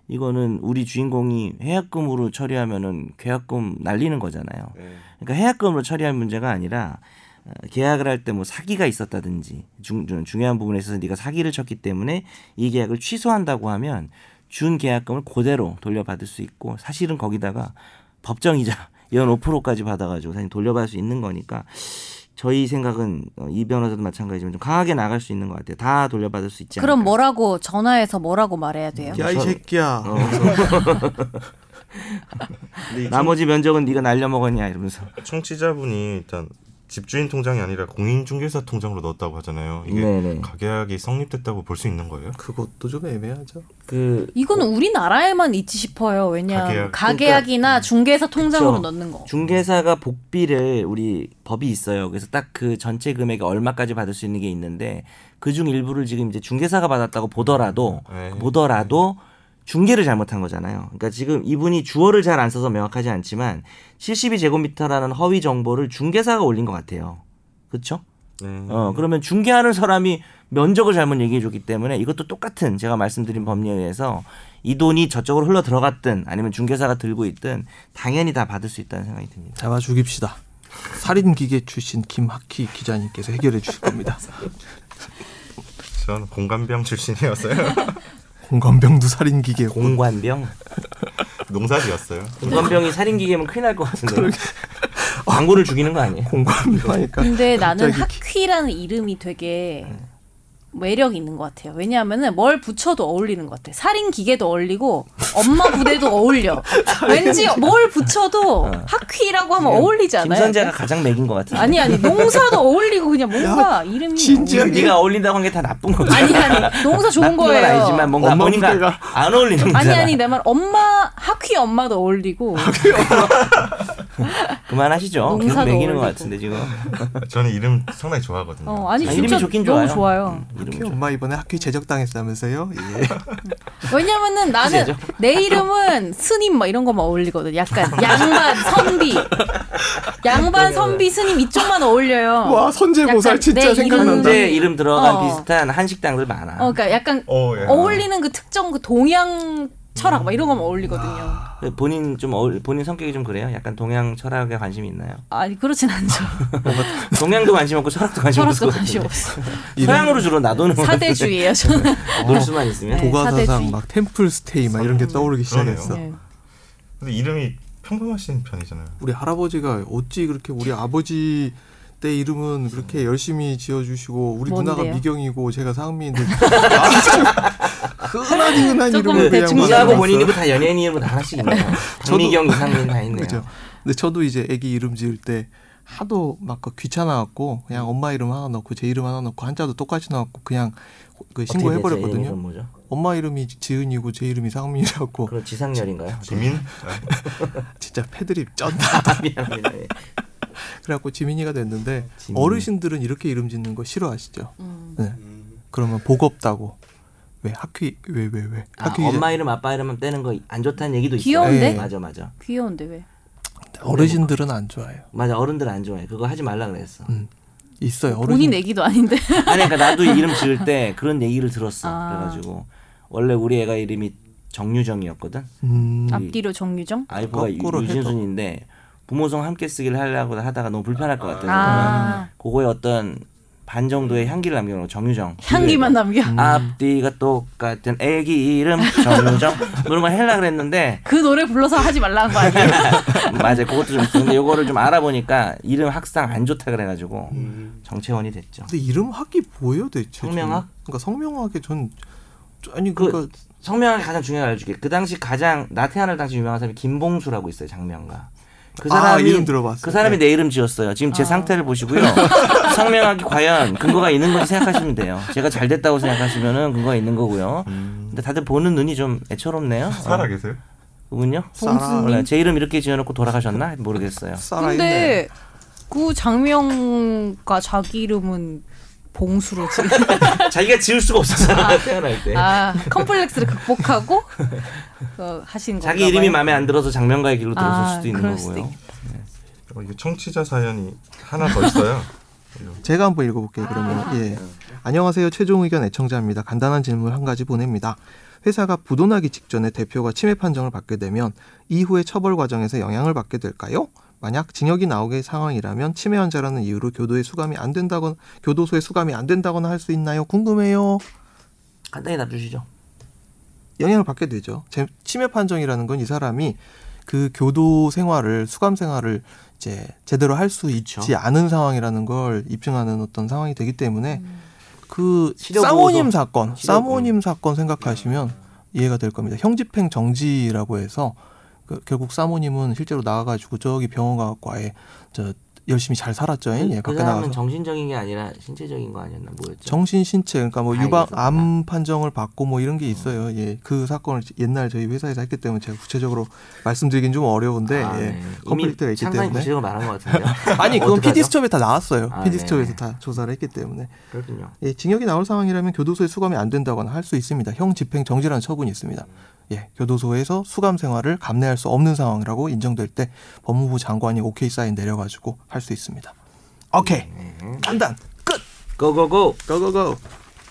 Speaker 2: 이거는 우리 주인공이 해약금으로 처리하면은 계약금 날리는 거잖아요.
Speaker 1: 네.
Speaker 2: 그러니까 해약금으로 처리할 문제가 아니라 어, 계약을 할 때 뭐 사기가 있었다든지 중, 중- 중요한 부분에 있어서 네가 사기를 쳤기 때문에 이 계약을 취소한다고 하면 준 계약금을 그대로 돌려받을 수 있고 사실은 거기다가 법정이자 연 5%까지 받아가지고 사실 돌려받을 수 있는 거니까 저희 생각은 어, 이 변호사도 마찬가지지만 좀 강하게 나갈 수 있는 것 같아요. 다 돌려받을 수 있지 않을까.
Speaker 3: 그럼 뭐라고 전화해서 뭐라고 말해야 돼요?
Speaker 4: 야 이 새끼야.
Speaker 2: 어. 나머지 면적은 네가 날려 먹었냐 이러면서.
Speaker 1: 청취자분이 일단 집주인 통장이 아니라 공인중개사 통장으로 넣었다고 하잖아요. 이게
Speaker 2: 네네.
Speaker 1: 가계약이 성립됐다고 볼 수 있는 거예요?
Speaker 4: 그것도 좀 애매하죠.
Speaker 2: 그
Speaker 3: 이거는 우리나라에만 있지 싶어요.
Speaker 1: 가계약.
Speaker 3: 왜냐하면 가계약. 이나 중개사 통장으로
Speaker 2: 그쵸.
Speaker 3: 넣는 거.
Speaker 2: 중개사가 복비를 우리 법이 있어요. 그래서 딱 그 전체 금액이 얼마까지 받을 수 있는 게 있는데 그 중 일부를 지금 이제 중개사가 받았다고 보더라도
Speaker 1: 에이.
Speaker 2: 보더라도 중개를 잘못한 거잖아요. 그러니까 지금 이분이 주어를 잘 안 써서 명확하지 않지만 72제곱미터라는 허위 정보를 중개사가 올린 것 같아요. 그렇죠?
Speaker 1: 네.
Speaker 4: 음.
Speaker 2: 어, 그러면 중개하는 사람이 면적을 잘못 얘기해 줬기 때문에 이것도 똑같은 제가 말씀드린 법리에 의해서 이 돈이 저쪽으로 흘러 들어갔든 아니면 중개사가 들고 있든 당연히 다 받을 수 있다는 생각이 듭니다.
Speaker 4: 잡아 죽입시다. 살인 기계 출신 김학희 기자님께서 해결해 주실 겁니다.
Speaker 1: 전 공감병 출신이었어요.
Speaker 4: 공감병도 살인
Speaker 1: 아,
Speaker 4: 기계.
Speaker 2: 공관병.
Speaker 1: 농사지었어요.
Speaker 2: 공관병이 살인기계면 큰일 날 것 같은데. 광고를 죽이는 거 아니에요?
Speaker 4: 공감병 하니까.
Speaker 3: 근데 나는
Speaker 4: 갑자기
Speaker 3: 학퀴라는 이름이 되게
Speaker 2: 네.
Speaker 3: 매력 있는 것 같아요. 왜냐하면은 뭘 붙여도 어울리는 것 같아. 살인 기계도 어울리고 엄마 부대도 어울려. 왠지 뭘 붙여도 학퀴라고 하면 어울리잖아요.
Speaker 2: 어. 김선재가 가장 맥인 것 같은데.
Speaker 3: 아니 아니 농사도 어울리고 그냥 뭔가 이름이
Speaker 4: 진지하게
Speaker 3: 어울리는-
Speaker 2: 네가 어울린다고 한 게 다 나쁜 거지.
Speaker 3: 아니 아니 농사 좋은
Speaker 2: 나쁜 건
Speaker 3: 거예요.
Speaker 2: 아니지만 뭔가
Speaker 4: 엄마
Speaker 2: 본인과
Speaker 4: 무대가-
Speaker 2: 안 어울리는 거잖아. 아,
Speaker 3: 아니 아니 내 말 엄마 학퀴 엄마도 어울리고
Speaker 2: 그만하시죠. 계속
Speaker 3: 농사도
Speaker 2: 맥이는 것
Speaker 3: 어울리고.
Speaker 2: 같은데 지금.
Speaker 1: 저는 이름 상당히 좋아하거든요.
Speaker 3: 어 아니
Speaker 2: 아,
Speaker 3: 진짜
Speaker 2: 이름이 좋긴
Speaker 3: 너무
Speaker 2: 좋아요.
Speaker 3: 좋아요.
Speaker 2: 음, 이름이
Speaker 4: 학교 엄마 이번에 학교 제적당했다면서요? 예.
Speaker 3: 왜냐면은 나는
Speaker 2: 그제죠?
Speaker 3: 내 이름은 스님 막 이런 거만 어울리거든. 약간 양반 선비 양반 선비 스님 이쪽만 어울려요.
Speaker 4: 와 선제보살
Speaker 3: 약간
Speaker 4: 진짜
Speaker 3: 내 이름인데-
Speaker 4: 생각난다.
Speaker 2: 현재 이름 들어간
Speaker 3: 어.
Speaker 2: 비슷한 한식당들 많아.
Speaker 3: 어, 그러니까 약간
Speaker 1: 어, 예.
Speaker 3: 어울리는 그 특정 그 동양 철학 막 이런 거만 어울리거든요.
Speaker 2: 네, 본인 좀 어울, 본인 성격이 좀 그래요? 약간 동양 철학에 관심이 있나요?
Speaker 3: 아니 그렇진 않죠.
Speaker 2: 동양도 관심 없고 철학도 관심 없고.
Speaker 3: 철학도 관심 없어.
Speaker 2: 서양으로 주로 놔두는 것 같은데.
Speaker 3: 사대주의예요 저는.
Speaker 2: 놀 수만 있으면.
Speaker 3: 네.
Speaker 4: 도가사상
Speaker 3: 사대주의. 음.
Speaker 4: 막 템플 스테이 막 이런 게 떠오르기
Speaker 1: 그러네요.
Speaker 4: 시작했어.
Speaker 3: 네.
Speaker 1: 근데 이름이 평범하신 편이잖아요.
Speaker 4: 우리 할아버지가 어찌 그렇게 우리 아버지 때 이름은 그렇게 열심히 지어주시고 우리 누나가
Speaker 3: 뭔데요?
Speaker 4: 미경이고 제가 상미인데 아, 참 흔하니 흔한
Speaker 3: 조금
Speaker 4: 이름을
Speaker 3: 대충
Speaker 4: 그냥
Speaker 2: 이하고
Speaker 3: 지어봤어요.
Speaker 2: 본인이고 다 연예인이고 다 하나씩 있네요. 박미경 이상민 다 있네요.
Speaker 4: 그죠. 근데 저도 이제 아기 이름 지을 때 하도 막 그 귀찮아갖고
Speaker 2: 음.
Speaker 4: 그냥 엄마 이름 하나 넣고 제 이름 하나 넣고 한자도 똑같이 넣었고 그냥
Speaker 2: 어떻게
Speaker 4: 그
Speaker 2: 되죠?
Speaker 4: 신고해버렸거든요.
Speaker 2: 이름은 뭐죠?
Speaker 4: 엄마 이름이 지은이고 제 이름이 상민이라고
Speaker 2: 그럼 지상렬인가요?
Speaker 1: 지민? 아,
Speaker 4: 진짜 패드립 쩐다.
Speaker 2: 아, 미안합니다. 예.
Speaker 4: 그래갖고 지민이가 됐는데
Speaker 2: 지민.
Speaker 4: 어르신들은 이렇게 이름 짓는 거 싫어하시죠.
Speaker 3: 음.
Speaker 4: 네. 그러면 복 없다고 왜 학위 왜 왜 왜?
Speaker 2: 아,
Speaker 4: 학위
Speaker 2: 엄마 이름 아빠 이름 떼는 거 안 좋다는 얘기도 있어요.
Speaker 3: 귀여운데?
Speaker 2: 예. 맞아 맞아.
Speaker 3: 귀여운데 왜?
Speaker 4: 어르신들은 안 좋아해요.
Speaker 2: 맞아 어른들 안 좋아해. 그거 하지 말라 그랬어.
Speaker 4: 있어요. 어르신
Speaker 3: 본인 애기도 아닌데.
Speaker 2: 아니 그러니까 나도 이름 지을 때 그런 얘기를 들었어.
Speaker 3: 아.
Speaker 2: 그래가지고 원래 우리 애가 이름이 정유정이었거든.
Speaker 4: 음,
Speaker 3: 앞뒤로 정유정?
Speaker 2: 아이브가 유-
Speaker 4: 거꾸로 해도.
Speaker 2: 유진순인데 부모성 함께 쓰기를 하려고 하다가 너무 불편할 것 같아서
Speaker 3: 아.
Speaker 2: 그거에 어떤 반 정도의 향기를 남겨놓은 정유정. 음.
Speaker 3: 향기만 남겨.
Speaker 2: 앞뒤가 똑같은 애기 이름 정유정 그런 걸 하려고 그랬는데 음,
Speaker 3: 그 노래 불러서 하지 말라는 거 아니야?
Speaker 2: 맞아요 그것도 좀 있었는데 요거를 좀 알아보니까 이름 학상 안 좋다 그래가지고
Speaker 4: 음.
Speaker 2: 정채원이 됐죠
Speaker 4: 근데 이름 학위 뭐예요 대체?
Speaker 2: 성명학?
Speaker 4: 저는? 그러니까 성명학에 전 아니
Speaker 2: 그-
Speaker 4: 그러니까
Speaker 2: 성명학이 가장 중요한 알려줄게 그 당시 가장 나태한을 당시 유명한 사람이 김봉수라고 있어요 장명가 그 사람이
Speaker 4: 이름 들어봤어요.
Speaker 2: 그 사람이 내 이름 지었어요 지금 제 상태를 보시고요 성명학이 과연 근거가 있는 건지 생각하시면 돼요 제가 잘 됐다고 생각하시면은 근거가 있는 거고요 근데 다들 보는 눈이 좀 애처롭네요 어.
Speaker 1: 살아 계세요?
Speaker 2: 그분요?
Speaker 4: 사라.
Speaker 2: 몰라요. 제 이름 이렇게 지어놓고 돌아가셨나 모르겠어요.
Speaker 4: 살아있네.
Speaker 3: 근데 그 장명과 자기 이름은 봉수로 지금
Speaker 2: 자기가 지을 수가 없었잖아 네. 태어날 때.
Speaker 3: 아 컴플렉스를 극복하고 어, 하신 거
Speaker 2: 자기 이름이 마음에 안 들어서 장면가의 길로 들어설
Speaker 3: 아,
Speaker 2: 네. 수도 있는
Speaker 3: 그럴 수도
Speaker 2: 거고요.
Speaker 1: 어, 이거 청취자 사연이 하나 더 있어요.
Speaker 4: 제가 한번 읽어볼게요. 그러면 예. 안녕하세요. 최종 의견 애청자입니다. 간단한 질문 한 가지 보냅니다. 회사가 부도나기 직전에 대표가 침해 판정을 받게 되면 이후의 처벌 과정에서 영향을 받게 될까요? 만약 징역이 나오게 상황이라면 침해 환자라는 이유로 교도에 수감이 안 된다거나 교도소에 수감이 안 된다거나 할 수 있나요? 궁금해요.
Speaker 2: 간단히 답 주시죠.
Speaker 4: 영향을 받게 되죠. 제- 침해 판정이라는 건 이 사람이 그 교도 생활을 수감 생활을 이제 제대로 할 수 있지
Speaker 2: 그쵸.
Speaker 4: 않은 상황이라는 걸 입증하는 어떤 상황이 되기 때문에 그
Speaker 2: 시력
Speaker 4: 사모님
Speaker 2: 보호도. 네.
Speaker 4: 사건,
Speaker 2: 시력
Speaker 4: 사모님 사건 생각하시면 이해가 될 겁니다. 형집행 정지라고 해서 그 결국 사모님은 실제로 나가가지고 저기 병원 가갖고 아예 저 열심히 잘 살았죠. 예,
Speaker 2: 그
Speaker 4: 밖에
Speaker 2: 사람은
Speaker 4: 나가서
Speaker 2: 정신적인 게 아니라 신체적인 거 아니었나 뭐였죠?
Speaker 4: 정신 신체 그러니까 뭐
Speaker 2: 다
Speaker 4: 유방
Speaker 2: 있었구나.
Speaker 4: 암 판정을 받고 뭐 이런 게 있어요. 예. 그 사건을 옛날 저희 회사에서 했기 때문에 제가 구체적으로 말씀드리긴 좀 어려운데
Speaker 2: 아,
Speaker 4: 예.
Speaker 2: 네.
Speaker 4: 컴플리트가
Speaker 2: 이미
Speaker 4: 있기
Speaker 2: 상당히
Speaker 4: 때문에
Speaker 2: 구체적으로 말한 것 같은데요.
Speaker 4: 아니 그건
Speaker 2: 어떡하죠?
Speaker 4: PD 수첩에 다 나왔어요.
Speaker 2: 아,
Speaker 4: PD 수첩에서
Speaker 2: 네.
Speaker 4: 다 조사를 했기 때문에
Speaker 2: 그렇군요.
Speaker 4: 예, 징역이 나올 상황이라면 교도소에 수감이 안 된다거나 할 수 있습니다. 형 집행 정지라는 처분이 있습니다. 예, 교도소에서 수감 생활을 감내할 수 없는 상황이라고 인정될 때 법무부 장관이 오케이 사인 내려가지고 할 수 있습니다. 오케이
Speaker 2: 네.
Speaker 4: 판단 끝.
Speaker 2: 고고고.
Speaker 4: 고고고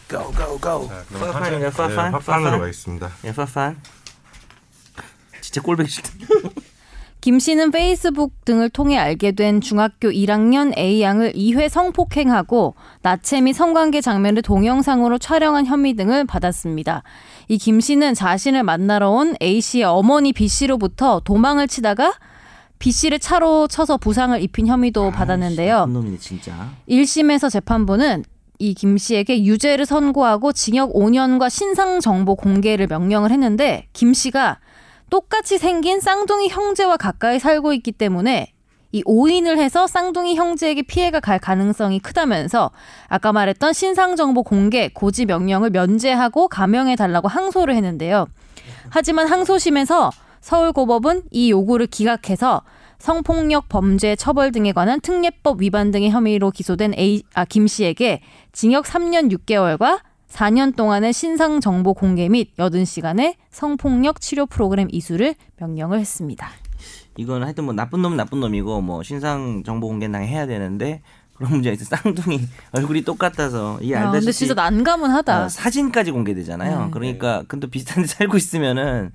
Speaker 4: 고고고.
Speaker 1: 자,
Speaker 2: 파판,
Speaker 1: 화판-
Speaker 2: 이거 파판?
Speaker 1: 네, 화판으로
Speaker 2: 파판?
Speaker 1: 가겠습니다.
Speaker 2: 예, 파판. 진짜 꼴보기 싫다.
Speaker 3: 김 씨는 페이스북 등을 통해 알게 된 중학교 1학년 A 양을 2회 성폭행하고 나체 및 성관계 장면을 동영상으로 촬영한 혐의 등을 받았습니다. 이 김 씨는 자신을 만나러 온 A 씨의 어머니 B 씨로부터 도망을 치다가 B 씨를 차로 쳐서 부상을 입힌 혐의도
Speaker 2: 아,
Speaker 3: 받았는데요.
Speaker 2: 큰 놈이네 진짜.
Speaker 3: 1심에서 재판부는 이 김 씨에게 유죄를 선고하고 징역 5년과 신상 정보 공개를 명령을 했는데 김 씨가 똑같이 생긴 쌍둥이 형제와 가까이 살고 있기 때문에 이 오인을 해서 쌍둥이 형제에게 피해가 갈 가능성이 크다면서 아까 말했던 신상 정보 공개 고지 명령을 면제하고 감형해 달라고 항소를 했는데요. 하지만 항소심에서 서울고법은 이 요구를 기각해서 성폭력 범죄 처벌 등에 관한 특례법 위반 등의 혐의로 기소된 A, 아, 김 씨에게 징역 3년 6개월과 4년 동안의 신상 정보 공개 및 80시간의 성폭력 치료 프로그램 이수를 명령을 했습니다.
Speaker 2: 이건 하여튼 뭐 나쁜 놈은 나쁜 놈이고 뭐 신상 정보 공개 당 해야 되는데 그런 문제가 있어. 쌍둥이 얼굴이 똑같아서 이게
Speaker 3: 아,
Speaker 2: 알다시피
Speaker 3: 근데 진짜 난감은 하다. 네.
Speaker 2: 어, 사진까지 공개되잖아요. 그러니까 근데 비슷한데 살고 있으면은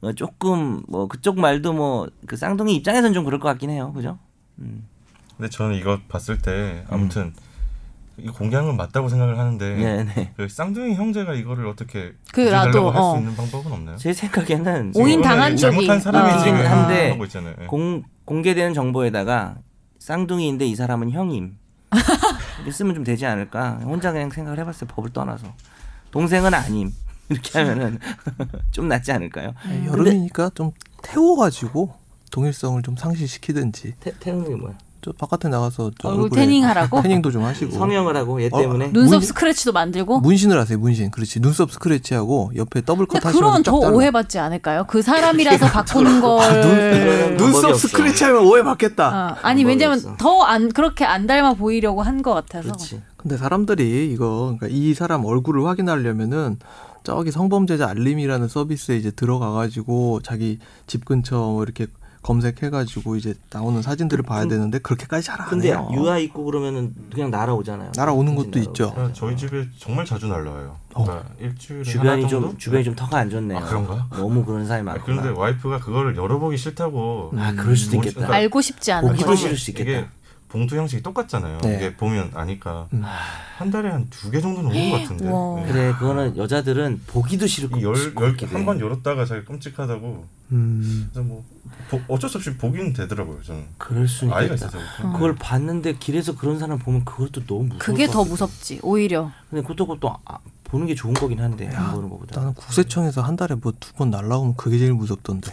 Speaker 2: 어, 조금 뭐 그쪽 말도 뭐 그 쌍둥이 입장에선 좀 그럴 것 같긴 해요. 그죠?
Speaker 1: 근데 저는 이거 봤을 때 아무튼 이거 공개한 건 맞다고 생각을 하는데
Speaker 2: 음. 네, 네.
Speaker 1: 그 쌍둥이 형제가 이거를 어떻게
Speaker 5: 그
Speaker 1: 구제달라고
Speaker 5: 나도,
Speaker 1: 할 수
Speaker 5: 어.
Speaker 1: 있는 방법은 없나요?
Speaker 2: 제 생각에는
Speaker 3: 오인
Speaker 1: 이거는
Speaker 3: 당한
Speaker 1: 잘못한
Speaker 3: 쪽이-
Speaker 1: 사람이
Speaker 3: 어.
Speaker 1: 지금
Speaker 2: 한데
Speaker 1: 하고 있잖아요. 예.
Speaker 2: 공 공개되는 정보에다가 쌍둥이인데 이 사람은 형임. 이렇게 쓰면 좀 되지 않을까? 혼자 그냥 생각을 해봤어요. 법을 떠나서 동생은 아님. 이렇게 하면은 좀 낫지 않을까요?
Speaker 4: 네, 여름이니까 좀 태워가지고 동일성을 좀 상실시키든지
Speaker 2: 태, 태우는 게 뭐야?
Speaker 4: 저 바깥에 나가서 저
Speaker 3: 얼굴
Speaker 4: 얼굴에
Speaker 3: 태닝하라고?
Speaker 4: 태닝도 좀 하시고
Speaker 2: 성형을 하고 어, 얘 때문에
Speaker 3: 눈썹
Speaker 4: 문-
Speaker 3: 스크래치도 만들고.
Speaker 4: 문신을 하세요 문신 그렇지 눈썹 스크래치하고 옆에 더블컷
Speaker 5: 근데
Speaker 4: 하시면
Speaker 5: 그런 더
Speaker 4: 쫙 잘라.
Speaker 5: 오해받지 않을까요? 그 사람이라서 바꾸는 걸.
Speaker 2: 아, 눈- 네, 방법이 없어.
Speaker 4: 스크래치하면 오해받겠다
Speaker 5: 아, 아니
Speaker 2: 방법이
Speaker 5: 왜냐면
Speaker 2: 없어.
Speaker 5: 더 안 그렇게 안 닮아 보이려고 한 것 같아서.
Speaker 2: 그렇지.
Speaker 4: 근데 사람들이 이거 그러니까 이 사람 얼굴을 확인하려면은 저기 성범죄자 알림이라는 서비스에 이제 들어가가지고 자기 집 근처 뭐 이렇게 검색해가지고 이제 나오는 사진들을 봐야 되는데 그렇게까지 잘 안
Speaker 2: 근데
Speaker 4: 해요.
Speaker 2: 유아 있고 그러면은 그냥 날아오잖아요.
Speaker 4: 날아오는
Speaker 2: 정신
Speaker 4: 것도 있죠.
Speaker 2: 날아오잖아요.
Speaker 1: 저희 집에 정말 자주 날라와요. 그러니까 일주일에
Speaker 2: 어, 주변이
Speaker 1: 하나
Speaker 2: 좀
Speaker 1: 정도?
Speaker 2: 주변이 좀 터가 안 좋네요.
Speaker 1: 아, 그런가요?
Speaker 2: 너무 그런 사람이
Speaker 1: 아,
Speaker 2: 많구나.
Speaker 1: 그런데 와이프가 그거를 열어보기 싫다고
Speaker 2: 아, 그럴 수도
Speaker 1: 음,
Speaker 2: 있겠다.
Speaker 1: 그러니까
Speaker 5: 알고 싶지 않은
Speaker 2: 보기도
Speaker 5: 거.
Speaker 2: 싫을 수 있겠다.
Speaker 1: 이게 봉투 형식이 똑같잖아요.
Speaker 4: 네.
Speaker 1: 이게 보면 아니까
Speaker 2: 음.
Speaker 1: 한 달에 한 두 개 정도는 오는 것 같은데. 네.
Speaker 5: 와.
Speaker 2: 그래 그거는 여자들은 보기도 싫고
Speaker 1: 열열한번 열었다가 자기 끔찍하다고
Speaker 4: 음.
Speaker 1: 그래서 뭐 보- 어쩔 수 없이 보기는 되더라고요. 저는
Speaker 2: 그럴 수
Speaker 1: 아이가
Speaker 2: 있겠다.
Speaker 1: 있어서
Speaker 2: 그걸 봤는데 길에서 그런 사람 보면 그것도 너무 무서워.
Speaker 5: 그게 더 무섭지. 오히려.
Speaker 2: 근데 그것도 그것도 아, 보는 게 좋은 거긴 한데 안 보는 거보다.
Speaker 4: 나는 국세청에서 한 달에 뭐 두 번 날라오면 그게 제일 무섭던데.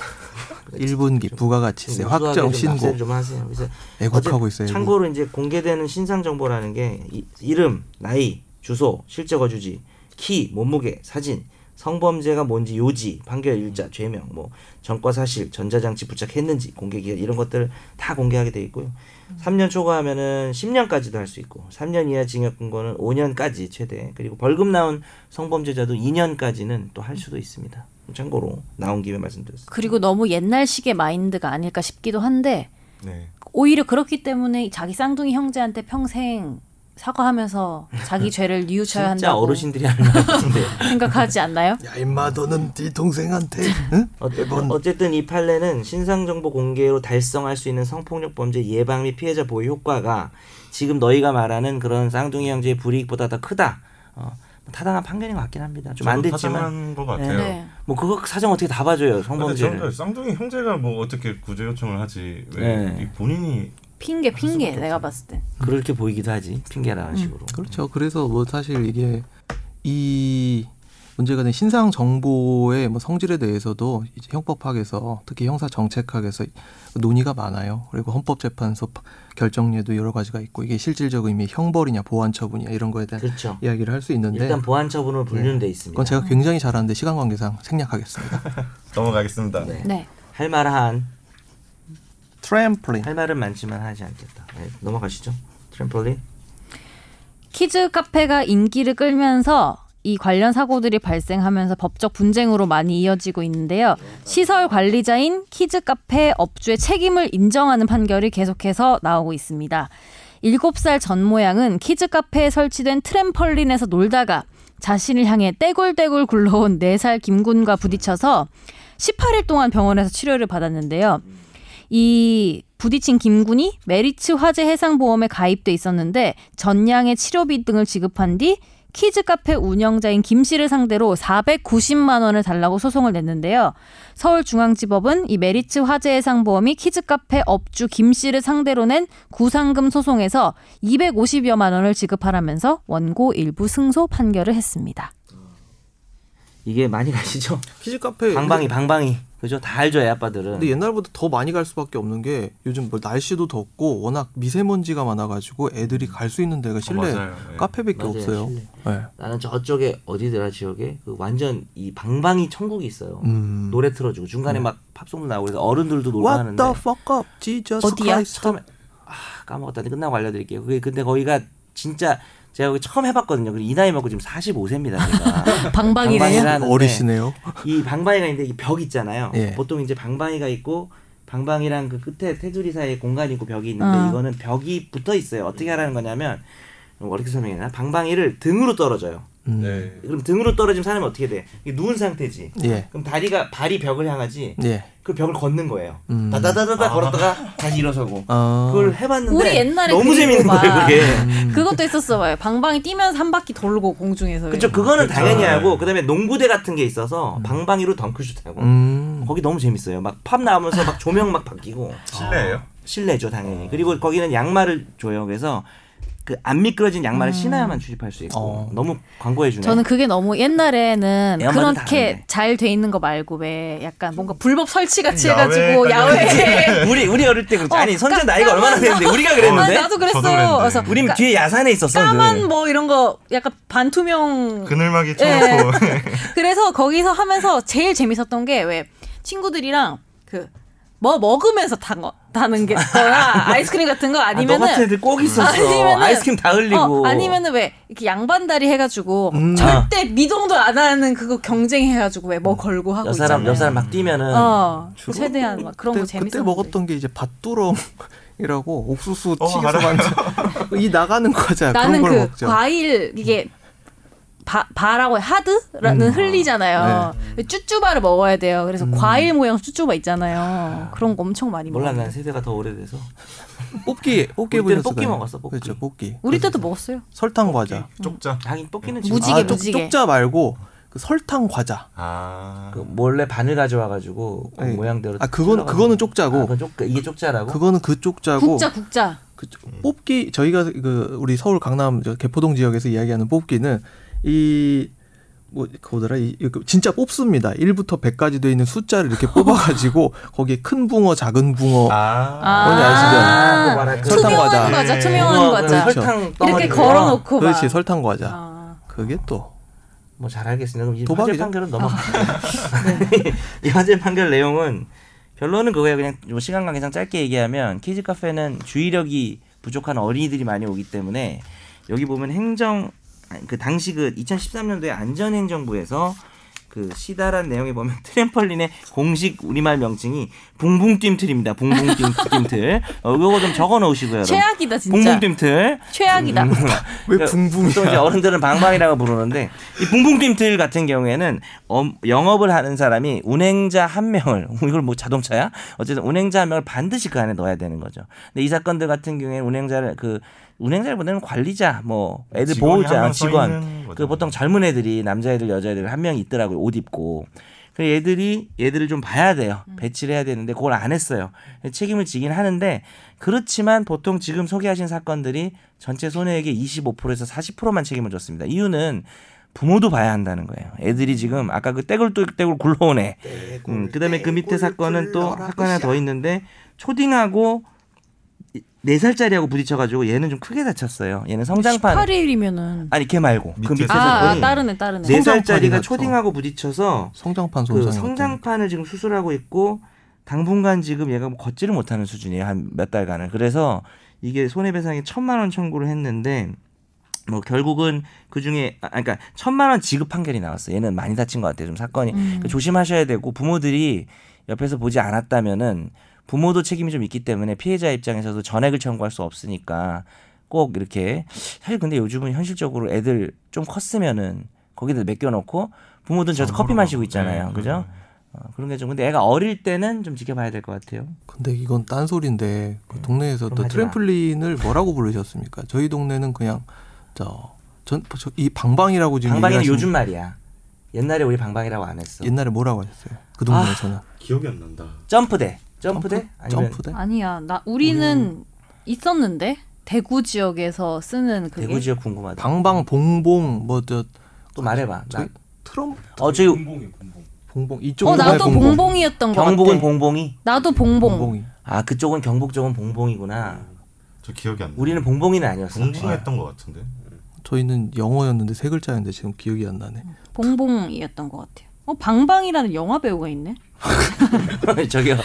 Speaker 4: 1분기 부가가치세
Speaker 2: 좀
Speaker 4: 확정
Speaker 2: 우수하게 좀
Speaker 4: 신고
Speaker 2: 납세를 좀 하세요. 그래서
Speaker 4: 애국하고
Speaker 2: 어쨌든
Speaker 4: 있어요. 애국.
Speaker 2: 참고로 이제 공개되는 신상 정보라는 게 이, 이름, 나이, 주소, 실제 거주지, 키, 몸무게, 사진, 성범죄가 뭔지 요지, 판결 일자, 죄명, 뭐 전과 사실, 전자장치 부착했는지, 공개 기간 이런 것들을 다 공개하게 돼 있고요. 3년 초과하면은 10년까지도 할 수 있고 3년 이하 징역 근거는 5년까지 최대 그리고 벌금 나온 성범죄자도 2년까지는 또 할 수도 있습니다. 참고로 나온 김에 말씀드렸습니다.
Speaker 5: 그리고 너무 옛날식의 마인드가 아닐까 싶기도 한데
Speaker 1: 네.
Speaker 5: 오히려 그렇기 때문에 자기 쌍둥이 형제한테 평생 사과하면서 자기 죄를 뉘우쳐야
Speaker 2: 진짜
Speaker 5: 한다고
Speaker 2: 어르신들이 하는 말 같은데요.
Speaker 5: 생각하지 않나요?
Speaker 4: 야 임마 너는 네 동생한테 응?
Speaker 2: 어쨌- 뭐, 어쨌든 이 판례는 신상정보 공개로 달성할 수 있는 성폭력 범죄 예방 및 피해자 보호 효과가 지금 너희가 말하는 그런 쌍둥이 형제의 불이익보다 더 크다. 어, 타당한 뭐 판결인 것 같긴 합니다. 좀 안
Speaker 1: 저도
Speaker 2: 됐지만
Speaker 1: 타당한 것 같아요.
Speaker 5: 네.
Speaker 2: 뭐 그거 사정 어떻게 다 봐줘요
Speaker 1: 근데 저
Speaker 2: 성범죄를.
Speaker 1: 쌍둥이 형제가 뭐 어떻게 구제 요청을 하지 왜
Speaker 2: 네.
Speaker 1: 이 본인이
Speaker 5: 핑계 핑계
Speaker 2: 그렇죠.
Speaker 5: 내가 봤을 때.
Speaker 2: 그렇게 보이기도 하지 핑계라는 식으로.
Speaker 4: 그렇죠. 그래서 뭐 사실 이게 이 문제가 된 신상 정보의 뭐 성질에 대해서도 이제 형법학에서 특히 형사 정책학에서 논의가 많아요. 그리고 헌법재판소 파- 결정례도 여러 가지가 있고 이게 실질적 의미 형벌이냐 보완처분이냐 이런 거에 대한
Speaker 2: 그렇죠.
Speaker 4: 이야기를 할 수 있는데 네.
Speaker 2: 일단 보안 처분으로 분류돼 있습니다.
Speaker 4: 그건 제가 굉장히 잘하는데 시간 관계상 생략하겠습니다.
Speaker 1: 넘어가겠습니다.
Speaker 2: 네.
Speaker 5: 네.
Speaker 2: 할 말한
Speaker 4: 트램플린.
Speaker 2: 할 말은 많지만 하지 않겠다. 네, 넘어가시죠. 트램폴린.
Speaker 3: 키즈 카페가 인기를 끌면서 이 관련 사고들이 발생하면서 법적 분쟁으로 많이 이어지고 있는데요. 시설 관리자인 키즈 카페 업주의 책임을 인정하는 판결이 계속해서 나오고 있습니다. 7살 전 모양은 키즈 카페에 설치된 트램펄린에서 놀다가 자신을 향해 떼굴떼굴 굴러온 4살 김군과 부딪혀서 18일 동안 병원에서 치료를 받았는데요. 이 부딪힌 김군이 메리츠 화재 해상 보험에 가입돼 있었는데 전량의 치료비 등을 지급한 뒤 키즈 카페 운영자인 김 씨를 상대로 490만 원을 달라고 소송을 냈는데요. 서울중앙지법은 이 메리츠 화재 해상 보험이 키즈 카페 업주 김 씨를 상대로 낸 구상금 소송에서 250여만 원을 지급하라면서 원고 일부 승소 판결을 했습니다.
Speaker 2: 이게 많이 가시죠?
Speaker 4: 키즈 카페
Speaker 2: 방방이 방방이 그죠? 다 알죠 애 아빠들은.
Speaker 4: 그 근데 옛날보다 더 많이 갈 수밖에 없는 게 요즘 뭐 날씨도 덥고 워낙 미세먼지가 많아가지고 애들이 갈 수 있는 데가 실내
Speaker 1: 맞아요. 예.
Speaker 4: 카페밖에
Speaker 2: 맞아요,
Speaker 4: 없어요.
Speaker 2: 실내.
Speaker 4: 네.
Speaker 2: 나는 저쪽에 어디더라 지역에 그 완전 이 방방이 천국이 있어요.
Speaker 4: 음.
Speaker 2: 노래 틀어주고 중간에 막 팝송도 나오고 그래서 어른들도 놀고
Speaker 4: What
Speaker 2: 하는데
Speaker 4: the fuck up, Jesus
Speaker 5: 어디야?
Speaker 4: Christ.
Speaker 2: 처음에 아 까먹었다니 끝나고 알려드릴게요. 그게 근데 거기가 진짜 제가 거기 처음 해봤거든요. 그리고 이 나이 먹고 지금 45세입니다. 제가
Speaker 5: 방방이래요.
Speaker 2: 방방이라 하는데
Speaker 4: 어리시네요.
Speaker 2: 이 방방이가 있는데 이 벽 있잖아요.
Speaker 4: 예.
Speaker 2: 보통 이제 방방이가 있고 방방이랑 그 끝에 테두리 사이에 공간이 있고 벽이 있는데
Speaker 3: 어.
Speaker 2: 이거는 벽이 붙어 있어요. 어떻게 하라는 거냐면 어떻게 설명해야 되나? 방방이를 등으로 떨어져요.
Speaker 4: 음.
Speaker 1: 네.
Speaker 2: 그럼 등으로 떨어지면 사람이 어떻게 돼? 이게 누운 상태지.
Speaker 4: 예,
Speaker 2: 그럼 다리가 발이 벽을 향하지.
Speaker 4: 예.
Speaker 2: 그 벽을 걷는 거예요.
Speaker 4: 음.
Speaker 2: 다다다다다 걸었다가 다시 일어서고.
Speaker 4: 아, 음.
Speaker 2: 그걸 해봤는데
Speaker 5: 우리 옛날에
Speaker 2: 너무
Speaker 5: 그리고
Speaker 2: 재밌는
Speaker 5: 막-
Speaker 2: 거예요 그게.
Speaker 5: 그것도 했었어 봐요. 방방이 뛰면서 한 바퀴 돌고 공중에서.
Speaker 2: 그쵸 그거는
Speaker 1: 그쵸.
Speaker 2: 당연히 하고 그다음에 농구대 같은 게 있어서 방방이로 덩크슛 하고
Speaker 4: 네. 음,
Speaker 2: 거기 너무 재밌어요. 막 팝 나오면서 막 조명 막 바뀌고
Speaker 1: 실례예요.
Speaker 2: 아. 실내죠 당연히. 그리고 거기는 양말을 줘요. 그래서 그 안 미끄러진 양말을 신어야만 출입할 수 있고
Speaker 4: 음. 어.
Speaker 2: 너무 광고해 주네.
Speaker 3: 저는 그게 너무 옛날에는
Speaker 2: 애엄마는
Speaker 3: 그렇게
Speaker 2: 다른데.
Speaker 3: 잘 돼 있는 거 말고 왜 약간 뭔가 불법 설치 같이
Speaker 1: 야외
Speaker 3: 해가지고
Speaker 1: 같은
Speaker 3: 야외에
Speaker 2: 우리 우리 어릴 때 그랬지. 아니 선재 나이가 얼마나 됐는데 우리가
Speaker 5: 아,
Speaker 2: 그랬는데.
Speaker 5: 나도 그랬어요.
Speaker 1: 저도 그랬는데.
Speaker 5: 그래서
Speaker 2: 우린
Speaker 5: 까-
Speaker 2: 뒤에 야산에 있었어.
Speaker 5: 까만
Speaker 2: 늘.
Speaker 5: 뭐 이런 거 약간 반투명
Speaker 1: 그늘막이
Speaker 5: 예.
Speaker 1: 쳐놓고
Speaker 5: 그래서 거기서 하면서 제일 재밌었던 게 왜 친구들이랑 그 뭐 먹으면서 단 거, 다는 게 거야 아이스크림 같은 거
Speaker 2: 아, 너
Speaker 5: 아니면은
Speaker 2: 같은 애들 꼭 있었어.
Speaker 5: 아니면은-
Speaker 2: 아이스크림 다 흘리고.
Speaker 5: 어, 아니면은 왜 이렇게 양반다리 해가지고
Speaker 4: 음.
Speaker 5: 절대 미동도 안 하는 그거 경쟁해가지고 왜 뭐 걸고 하고
Speaker 2: 음. 여사람
Speaker 5: 있잖아요.
Speaker 2: 여사람 막 뛰면은
Speaker 5: 어 최대한 막 그런 거
Speaker 4: 그때,
Speaker 5: 재밌었는데
Speaker 4: 그때 먹었던 게 이제 밭두렁이라고 옥수수
Speaker 1: 어,
Speaker 4: 튀겨서
Speaker 1: 알아요.
Speaker 4: 만든 이 나가는 과자 음.
Speaker 5: 나는
Speaker 4: 그런 걸
Speaker 5: 그
Speaker 4: 먹죠.
Speaker 5: 과일 이게 바, 바라고
Speaker 4: 음.
Speaker 5: 하드라는 흘리잖아요.
Speaker 4: 네.
Speaker 5: 쭈쭈바를 먹어야 돼요. 그래서 과일 모양 쭈쭈바 있잖아요. 그런 거 엄청 많이
Speaker 2: 몰라
Speaker 5: 먹어요.
Speaker 2: 난 세대가 더 오래돼서.
Speaker 4: 뽑기 뽑기
Speaker 2: 우리 때는
Speaker 4: 해보셨어요?
Speaker 2: 뽑기 먹었어, 뽑기.
Speaker 4: 그렇죠, 뽑기.
Speaker 5: 우리 때도 먹었어요.
Speaker 4: 설탕 과자.
Speaker 1: 쪽자.
Speaker 2: 하긴 뽑기는 지금
Speaker 5: 무지개
Speaker 4: 아, 쪽-
Speaker 5: 무지개.
Speaker 4: 쪽자 말고 그 설탕 과자.
Speaker 1: 아.
Speaker 2: 그 몰래 바늘 가져와가지고 그
Speaker 4: 네.
Speaker 2: 모양대로.
Speaker 4: 아, 그건-
Speaker 2: 찔러가지고.
Speaker 4: 그거는 쪽자고.
Speaker 2: 아, 그건 쪽 이게 쪽자라고. 어,
Speaker 4: 그거는 그 쪽자고
Speaker 5: 국자 국자.
Speaker 4: 그 쪽- 뽑기 저희가 그 우리 서울 강남 저 개포동 지역에서 이야기하는 뽑기는 이 뭐, 그거더라, 이, 이거 진짜 뽑습니다. 1부터 100까지 돼 있는 숫자를 이렇게 뽑아가지고, 거기에 큰 붕어, 작은 붕어,
Speaker 1: 아.
Speaker 4: 뭔지 아시죠?
Speaker 2: 아, 그거 말할
Speaker 4: 설탕
Speaker 5: 투명한 과자,
Speaker 4: 과자. 네.
Speaker 1: 예.
Speaker 5: 투명한
Speaker 2: 그거
Speaker 5: 과자.
Speaker 4: 그렇죠.
Speaker 2: 설탕
Speaker 5: 이렇게
Speaker 2: 덩어리.
Speaker 5: 걸어놓고 막.
Speaker 4: 그렇지, 설탕 과자.
Speaker 5: 아.
Speaker 4: 그게 또.
Speaker 2: 뭐잘 알겠습니다. 그럼 이 화재
Speaker 4: 도박이죠?
Speaker 2: 판결은 넘어가.
Speaker 5: 아.
Speaker 2: 네. 이 화재 판결 내용은 결론은 그거예요. 그냥 뭐 시간 관계상 짧게 얘기하면 키즈 카페는 주의력이 부족한 어린이들이 많이 오기 때문에 여기 보면 행정 아니, 그 당시 그 2013년도에 안전행정부에서 그 시다란 내용에 보면 트램펄린의 공식 우리말 명칭이 붕붕 뜀틀입니다. 붕붕 뜀틀. 어, 이거 좀 적어 놓으시고요. 여러분.
Speaker 5: 최악이다 진짜.
Speaker 2: 붕붕 뜀틀.
Speaker 5: 최악이다.
Speaker 4: 음, 왜
Speaker 2: 그러니까
Speaker 4: 붕붕이야?
Speaker 2: 보통 이제 어른들은 방방이라고 부르는데 이 붕붕팀틀 같은 경우에는 엄- 영업을 하는 사람이 운행자 한 명을 이걸 뭐 자동차야? 어쨌든 운행자 한 명을 반드시 그 안에 넣어야 되는 거죠. 근데 이 사건들 같은 경우에 는 운행자를 그 운행자보다는 관리자, 뭐 애들
Speaker 1: 직원이
Speaker 2: 보호자,
Speaker 1: 한명서
Speaker 2: 직원
Speaker 1: 있는 거죠.
Speaker 2: 그 보통 젊은 애들이 남자애들 여자애들 한 명 있더라고요 옷 입고 그 얘들이 얘들을 좀 봐야 돼요. 배치를 해야 되는데 그걸 안 했어요. 책임을 지긴 하는데 그렇지만 보통 지금 소개하신 사건들이 전체 손해액의 25%에서 40%만 책임을 졌습니다. 이유는 부모도 봐야 한다는 거예요. 애들이 지금 아까 그 떼굴떼굴 굴러오네. 음, 그다음에 그 밑에 사건은 또 사건 하나 더 있는데 초딩하고 이- 네 살짜리하고 부딪혀가지고 얘는 좀 크게 다쳤어요. 얘는 성장판
Speaker 3: 18일이면은
Speaker 2: 아니 걔 말고 그
Speaker 1: 밑에
Speaker 4: 네,
Speaker 2: 밑에
Speaker 3: 아,
Speaker 1: 사건이-
Speaker 3: 아
Speaker 2: 사건이
Speaker 3: 다른 애 다른 애.
Speaker 2: 네
Speaker 4: 성장판이
Speaker 2: 살짜리가
Speaker 4: 났죠.
Speaker 2: 초딩하고 부딪혀서
Speaker 4: 성장판
Speaker 2: 그
Speaker 4: 손상.
Speaker 2: 성장판을 지금 수술하고 있고 당분간 지금 얘가 뭐 걷지를 못하는 수준이에요 한 몇 달간을 그래서 이게 손해배상에 천만 원 청구를 했는데 뭐 결국은 그 중에 아 그러니까 천만 원 지급 판결이 나왔어요 얘는 많이 다친 것 같아요 좀 사건이 그러니까 조심하셔야 되고 부모들이 옆에서 보지 않았다면은 부모도 책임이 좀 있기 때문에 피해자 입장에서도 전액을 청구할 수 없으니까 꼭 이렇게 사실 근데 요즘은 현실적으로 애들 좀 컸으면은 거기다 맡겨놓고 부모들은 저기서 커피 마시고
Speaker 1: 네.
Speaker 2: 있잖아요
Speaker 1: 음.
Speaker 2: 그죠 어, 그런 게 좀 근데 애가 어릴 때는 좀 지켜봐야 될 것 같아요
Speaker 4: 근데 이건 딴 소리인데 그 동네에서
Speaker 2: 그럼
Speaker 4: 또
Speaker 2: 하지 마.
Speaker 4: 트램플린을 뭐라고 부르셨습니까? 저희 동네는 그냥 저전이 방방이라고 지금
Speaker 2: 방방이는
Speaker 4: 얘기하신-
Speaker 2: 요즘 말이야 옛날에 우리 방방이라고 안 했어
Speaker 4: 옛날에 뭐라고 하셨어요? 그 동네에서는
Speaker 1: 기억이 안 난다.
Speaker 2: 점프대 점프대 아니면
Speaker 4: 점프대?
Speaker 3: 아니야 나 우리는 있었는데 대구 지역에서 쓰는 그게
Speaker 2: 대구 지역 궁금하다
Speaker 4: 방방 봉봉 뭐 저
Speaker 2: 또 말해봐 나-
Speaker 4: 저기 트럼
Speaker 2: 어 저기
Speaker 4: 봉봉 이쪽
Speaker 3: 어 나도 봉봉이었던 것
Speaker 2: 경북은
Speaker 3: 같아.
Speaker 2: 봉봉이
Speaker 3: 나도 봉봉.
Speaker 4: 봉봉이
Speaker 2: 아 그쪽은 경북 쪽은 봉봉이구나.
Speaker 1: 저 기억이 안 나.
Speaker 2: 우리는 봉봉이는 아니었어.
Speaker 1: 봉충했던 것 같은데.
Speaker 4: 저희는 영어였는데 세 글자였는데 지금 기억이 안 나네.
Speaker 3: 봉봉이었던 것 같아요. 어 방방이라는 영화 배우가 있네.
Speaker 2: 저기요.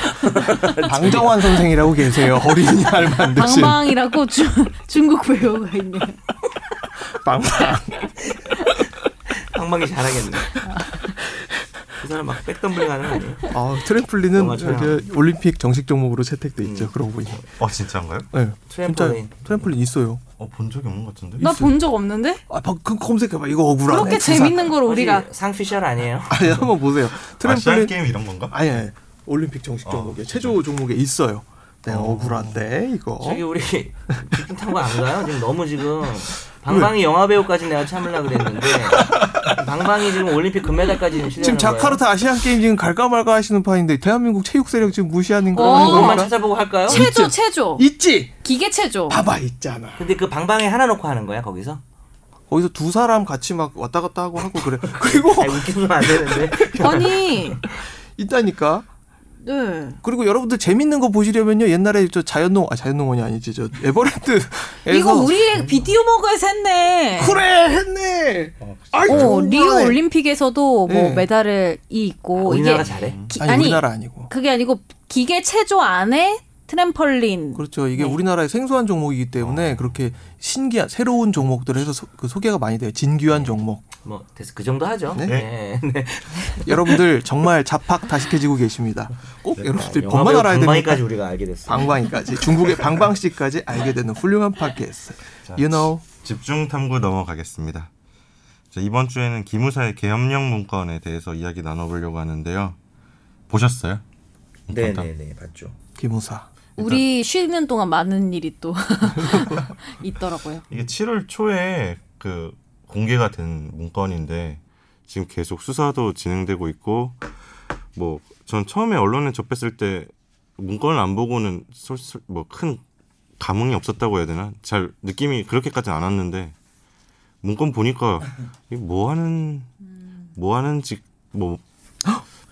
Speaker 4: 방정환 선생이라고 계세요. 어린이날 만드신
Speaker 3: 방방이라고 주, 중국 배우가 있네.
Speaker 4: 방방.
Speaker 2: 방방이 잘하겠네. 그 사람 막 백덤블링 하는 거 아니에요?
Speaker 4: 아 트램플린은
Speaker 2: 영화 촬영.
Speaker 4: 이제 올림픽 정식 종목으로 채택돼 있죠. 그러고 보니.
Speaker 1: 어 진짜인가요?
Speaker 4: 네,
Speaker 2: 트램폴린.
Speaker 4: 진짜 트램폴린 있어요.
Speaker 1: 어본 적이 없는 것 같은데.
Speaker 3: 나 본 적 없는데?
Speaker 4: 아, 방- 그 검색해봐. 이거 억울하네.
Speaker 3: 그렇게
Speaker 4: 진짜.
Speaker 3: 재밌는 걸 우리가
Speaker 2: 혹시 상피셜 아니에요?
Speaker 4: 아니, 한번 보세요.
Speaker 1: 아시안
Speaker 4: 트램플린.
Speaker 1: 게임 이런 건가?
Speaker 4: 아니, 아니, 올림픽 정식 종목에 체조 종목에 있어요. 내가 억울한데 이거.
Speaker 3: 어?
Speaker 2: 저기 우리 지금 타고 안 가요? 지금 너무 지금 방방이 영화 배우까지 내가 참으려 그랬는데 방방이 지금 올림픽 금메달까지 지금 실려는
Speaker 4: 지금 자카르타 아시안 게임 지금 갈까 말까 하시는 판인데 대한민국 체육 세력 지금 무시하는
Speaker 3: 어.
Speaker 4: 거.
Speaker 2: 그것만 찾아보고 할까요?
Speaker 3: 체조 체조
Speaker 4: 있지.
Speaker 3: 기계 체조.
Speaker 4: 봐봐 있잖아.
Speaker 2: 근데 그 방방에 하나 놓고 하는 거야 거기서?
Speaker 4: 거기서 두 사람 같이 막 왔다 갔다 하고 하고 그래. 그리고
Speaker 2: 아니, 웃기면 안 되는데.
Speaker 3: 아니,
Speaker 4: 있다니까.
Speaker 3: 네.
Speaker 4: 그리고 여러분들 재밌는 거 보시려면요 옛날에 저 자연농 아 자연농원이 아니지 저 에버랜드에서
Speaker 3: 이거 우리 비디오 먹어에서 했네.
Speaker 4: 그래 했네. 아이,
Speaker 3: 어,
Speaker 4: 정말.
Speaker 3: 리오 올림픽에서도 뭐
Speaker 4: 네.
Speaker 3: 메달이 있고
Speaker 2: 아, 우리나라가
Speaker 3: 어, 이게
Speaker 2: 잘해.
Speaker 3: 기,
Speaker 4: 아니,
Speaker 3: 아니,
Speaker 4: 우리나라 아니고.
Speaker 3: 그게 아니고 기계 체조 안에 트램펄린
Speaker 4: 그렇죠. 이게 우리나라의 생소한 종목이기 때문에 그렇게 신기한 새로운 종목들을 해서 소, 그 소개가 많이 돼요. 진귀한 종목.
Speaker 2: 뭐 됐어 그 정도 하죠.
Speaker 4: 네.
Speaker 2: 네. 네.
Speaker 4: 여러분들 정말 자팍 다식해지고 계십니다. 꼭 여러분들 법만 알아야 됩니다.
Speaker 2: 방방이까지 우리가 알게 됐어.
Speaker 4: 방방이까지 중국의 방방씨까지 알게 되는 훌륭한 팟캐스트. You know.
Speaker 1: 집중 탐구 넘어가겠습니다. 자, 이번 주에는 기무사의 계엄령 문건에 대해서 이야기 나눠보려고 하는데요. 보셨어요?
Speaker 2: 네,
Speaker 1: 문건
Speaker 2: 네, 네, 맞죠.
Speaker 4: 김우사.
Speaker 3: 우리 쉬는 동안 많은 일이 또 있더라고요.
Speaker 1: 이게 7월 초에 그 공개가 된 문건인데 지금 계속 수사도 진행되고 있고 뭐 전 처음에 언론에 접했을 때 문건을 안 보고는 뭐 큰 감흥이 없었다고 해야 되나 잘 느낌이 그렇게까지는 안 왔는데 문건 보니까 이 뭐 하는 뭐 하는 직뭐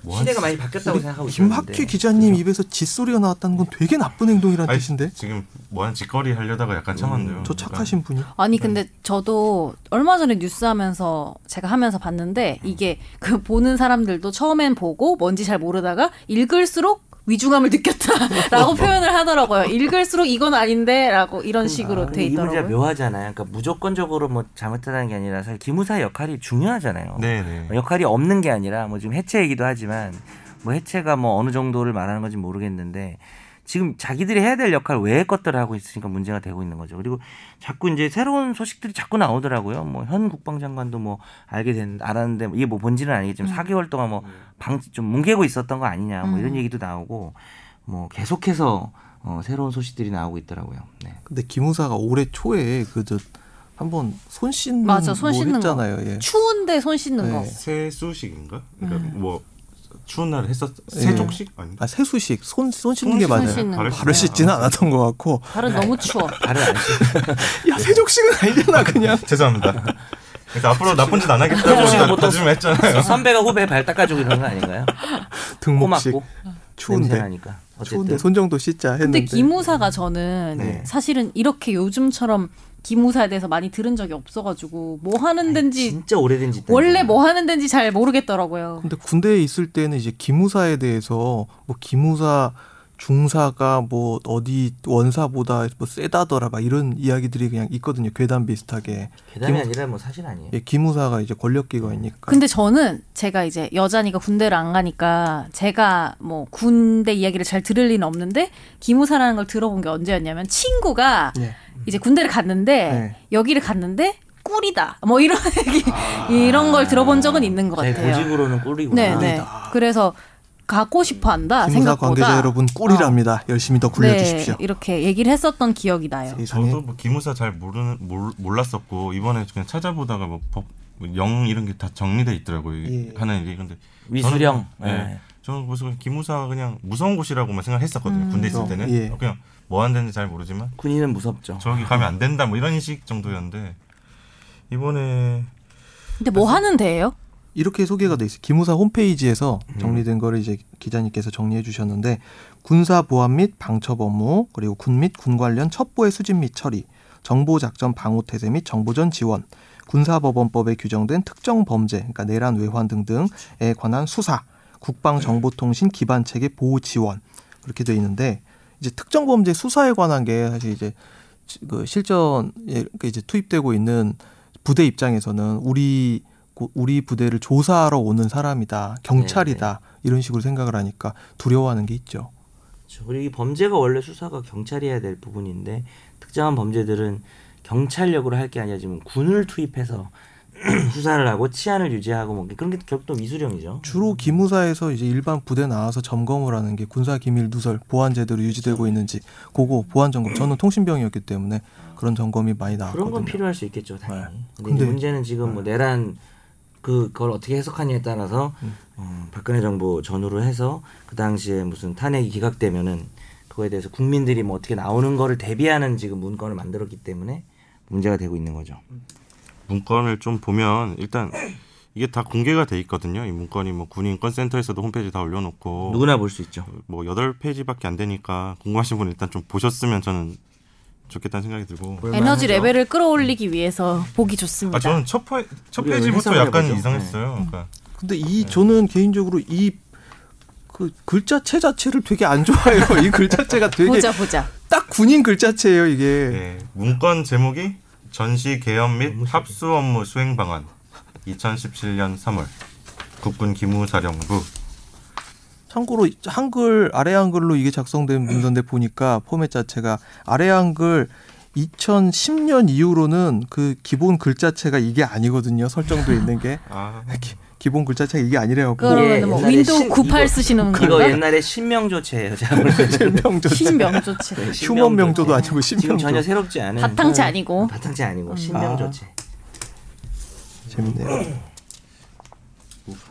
Speaker 1: 뭐 하는
Speaker 2: 시대가 많이 바뀌었다고 생각하고 있는데.
Speaker 4: 김학휘 기자님 입에서 짓소리가 나왔다는 건 되게 나쁜 행동이라는
Speaker 1: 아니,
Speaker 4: 뜻인데 음,
Speaker 1: 지금 뭐 하는 짓거리 하려다가 약간 참았네요. 그러니까
Speaker 4: 저 착하신 분이
Speaker 3: 아니 근데 저도 얼마 전에 뉴스 하면서 제가 하면서 봤는데 이게 그 보는 사람들도 처음엔 보고 뭔지 잘 모르다가 읽을수록 위중함을 느꼈다라고 표현을 하더라고요. 읽을수록 이건 아닌데라고 이런 식으로
Speaker 2: 근데
Speaker 3: 돼
Speaker 2: 이 문제가
Speaker 3: 있더라고요.
Speaker 2: 묘하잖아요. 그러니까 무조건적으로 뭐 잘못하다는 게 아니라 사실 기무사의 역할이 중요하잖아요.
Speaker 1: 네네.
Speaker 2: 역할이 없는 게 아니라 뭐 지금 해체이기도 하지만 뭐 해체가 뭐 어느 정도를 말하는 건지 모르겠는데 지금 자기들이 해야 될 역할 외의 것들을 하고 있으니까 문제가 되고 있는 거죠. 그리고 자꾸 이제 새로운 소식들이 자꾸 나오더라고요. 뭐 현 국방장관도 뭐 알게 된 알았는데 뭐 이게 뭐 본질은
Speaker 3: 음.
Speaker 2: 아니겠지만 4개월 동안 뭐 방 좀 뭉개고 있었던 거 아니냐 뭐
Speaker 3: 음.
Speaker 2: 이런 얘기도 나오고 뭐 계속해서 어 새로운 소식들이 나오고 있더라고요. 네.
Speaker 4: 근데 김우사가 올해 초에 그 저 한번 손 씻는
Speaker 3: 맞아, 손
Speaker 4: 뭘
Speaker 3: 씻는 거.
Speaker 4: 했잖아요. 예.
Speaker 3: 추운데 손 씻는
Speaker 4: 네.
Speaker 3: 거.
Speaker 1: 세수식인가? 그러니까 뭐 추운 날 했었
Speaker 4: 예.
Speaker 1: 세 종씩 아니
Speaker 4: 아 세수식 손 손 씻는 게 맞아요.
Speaker 3: 씻는 거.
Speaker 4: 발을 씻지는 않았던 것 같고
Speaker 5: 발은 너무 추워.
Speaker 2: 발을 안 씻.
Speaker 4: 야 세족식은 아니잖아 그냥
Speaker 1: 죄송합니다. 그래서 앞으로 나쁜 짓 안 하겠다고
Speaker 2: 세종시가 보통-
Speaker 1: 다짐을 했잖아요.
Speaker 2: 그 선배가 후배 발 닦아주고 이런 거 아닌가요? 코
Speaker 4: 등목식
Speaker 2: 막고 냄새
Speaker 4: 음, 추운데
Speaker 2: 나니까.
Speaker 4: 추운데
Speaker 2: 어쨌든
Speaker 4: 손 정도 씻자 했는데
Speaker 5: 근데 기무사가 저는
Speaker 2: 네.
Speaker 5: 사실은 이렇게 요즘처럼 기무사에 대해서 많이 들은 적이 없어가지고 뭐 하는 덴지
Speaker 2: 진짜 오래된 짓.
Speaker 5: 원래 뭐 하는 덴지 잘 모르겠더라고요.
Speaker 4: 근데 군대에 있을 때는 이제 기무사에 대해서 뭐 기무사 중사가 뭐 어디 원사보다 뭐 세다더라 막 이런 이야기들이 그냥 있거든요 괴담 비슷하게
Speaker 2: 계담이
Speaker 4: 김-
Speaker 2: 아니라 뭐 사실 아니에요.
Speaker 4: 예, 기무사가 이제 권력기관이니까
Speaker 5: 근데 저는 제가 이제 여자니까 군대를 안 가니까 제가 뭐 군대 이야기를 잘 들을 리는 없는데 기무사라는 걸 들어본 게 언제였냐면 친구가
Speaker 4: 예.
Speaker 5: 이제 군대를 갔는데
Speaker 4: 네.
Speaker 5: 여기를 갔는데 꿀이다 뭐 이런 얘기
Speaker 4: 아.
Speaker 5: 이런 걸 들어본 적은 있는 것
Speaker 2: 네,
Speaker 5: 같아요.
Speaker 2: 고집으로는 꿀이구나.
Speaker 5: 네네. 그래서 가고
Speaker 3: 아,
Speaker 5: 싶어한다
Speaker 4: 기무사
Speaker 5: 생각보다
Speaker 4: 관계자 여러분 꿀이랍니다 열심히 더 굴려주십시오 예.
Speaker 5: 네, 이렇게 얘기를 했었던 기억이 나요.
Speaker 4: 세상에
Speaker 1: 저도 뭐 기무사 잘 모르는 몰, 몰랐었고 이번에 그냥 찾아보다가 뭐 뭐법영 이런 게 다 정리돼 있더라고요
Speaker 4: 예.
Speaker 1: 하는 일이 근데
Speaker 2: 위수령.
Speaker 1: 저는, 예.
Speaker 2: 네.
Speaker 1: 저는 그래서 그냥 기무사가 그냥 무서운 곳이라고만 생각했었거든요 군대 있을
Speaker 4: 그럼,
Speaker 1: 때는
Speaker 4: 예.
Speaker 1: 그냥 뭐 한다는지 잘 모르지만
Speaker 2: 군인은 무섭죠.
Speaker 1: 저기 가면 안 된다 뭐 이런 인식 정도였는데 이번에
Speaker 5: 근데 뭐 하는 데예요?
Speaker 4: 이렇게 소개가 돼 있어요. 기무사 홈페이지에서 정리된 거를 이제 기자님께서 정리해 주셨는데 군사 보안 및 방첩 업무 그리고 군 및 군 관련 첩보의 수집 및 처리, 정보 작전 방호 태세 및 정보전 지원, 군사법원법에 규정된 특정 범죄, 그러니까 내란 외환 등등에 관한 수사, 국방 정보통신 기반 체계 보호 지원 그렇게 돼 있는데 이제 특정 범죄 수사에 관한 게 사실 이제 지- 그 실전에 그 이제 투입되고 있는 부대 입장에서는 우리 고- 우리 부대를 조사하러 오는 사람이다 경찰이다 이런 식으로 생각을 하니까 두려워하는 게 있죠.
Speaker 2: 그렇죠. 그리고 이 범죄가 원래 수사가 경찰이 해야 될 부분인데 특정한 범죄들은 경찰력으로 할 게 아니라 지금 군을 투입해서 수사를 하고 치안을 유지하고 뭐 그런 게 결국 또 위수령이죠.
Speaker 4: 주로 기무사에서 이제 일반 부대 나와서 점검을 하는 게 군사 기밀 누설 보안 제대로 유지되고 있는지 그거 보안 점검 저는 통신병이었기 때문에 그런 점검이 많이
Speaker 2: 그런 건
Speaker 4: 나왔거든요. 네.
Speaker 2: 필요할 수 있겠죠, 당연히. 근데,
Speaker 4: 근데- 네.
Speaker 2: 이제 문제는 지금 뭐 내란 그- 그걸 어떻게 해석하냐에 따라서
Speaker 4: 음.
Speaker 2: 어, 박근혜 정부 전후로 해서 그 당시에 무슨 탄핵이 기각되면은 그거에 대해서 국민들이 뭐 어떻게 나오는 거를 대비하는 지금 문건을 만들었기 때문에 문제가 되고 있는 거죠.
Speaker 1: 문건을 좀 보면 일단 이게 다 공개가 돼 있거든요 이 문건이 뭐 군인권센터에서도 홈페이지 다
Speaker 4: 어.
Speaker 1: 올려놓고
Speaker 2: 누구나 볼 수 있죠.
Speaker 5: 음.
Speaker 1: 뭐 여덟 페이지밖에 안 되니까 궁금하신 분은 일단 좀 보셨으면 저는 좋겠다는 생각이 들고
Speaker 5: 에너지 레벨을 끌어올리기 위해서 보기 좋습니다.
Speaker 1: 아 저는 첫, 페, 첫
Speaker 2: 우리가
Speaker 1: 페이지부터
Speaker 2: 해석을
Speaker 1: 약간
Speaker 2: 해보죠. 네.
Speaker 1: 이상했어요. 그러니까
Speaker 4: 근데 이 저는 개인적으로 이 그 글자체 자체를 되게 안 좋아해요. 이 글자체가 되게
Speaker 5: 보자 보자.
Speaker 4: 딱 군인 글자체예요 이게.
Speaker 1: 예, 문건 제목이 전시 개업 및 합수 업무 수행 방안 2017년 3월 국군 기무사령부
Speaker 4: 참고로 한글 아래 한글로 이게 작성된 문서인데 보니까 포맷 자체가 아래 한글 2010년 이후로는 그 기본 글자체가 이게 아니거든요. 설정돼 있는 게
Speaker 1: 아
Speaker 4: 기- 기본 글자체가 이게 아니래요.
Speaker 2: 예,
Speaker 5: 그러면 뭐
Speaker 2: 옛날에
Speaker 5: 윈도우
Speaker 2: 신-
Speaker 5: 98
Speaker 2: 이거-
Speaker 5: 쓰시는
Speaker 2: 이거
Speaker 5: 건가?
Speaker 2: 옛날에 신명조체예요. 제가 볼 때는.
Speaker 4: 실명조
Speaker 5: 신명조체.
Speaker 2: 네,
Speaker 4: 휴먼 명조도 아니고
Speaker 2: 지금
Speaker 4: 신명조.
Speaker 2: 전혀 새롭지 않은 음.
Speaker 5: 바탕체 아니고. 음.
Speaker 2: 바탕체 아니고 신명조체.
Speaker 4: 재밌네요.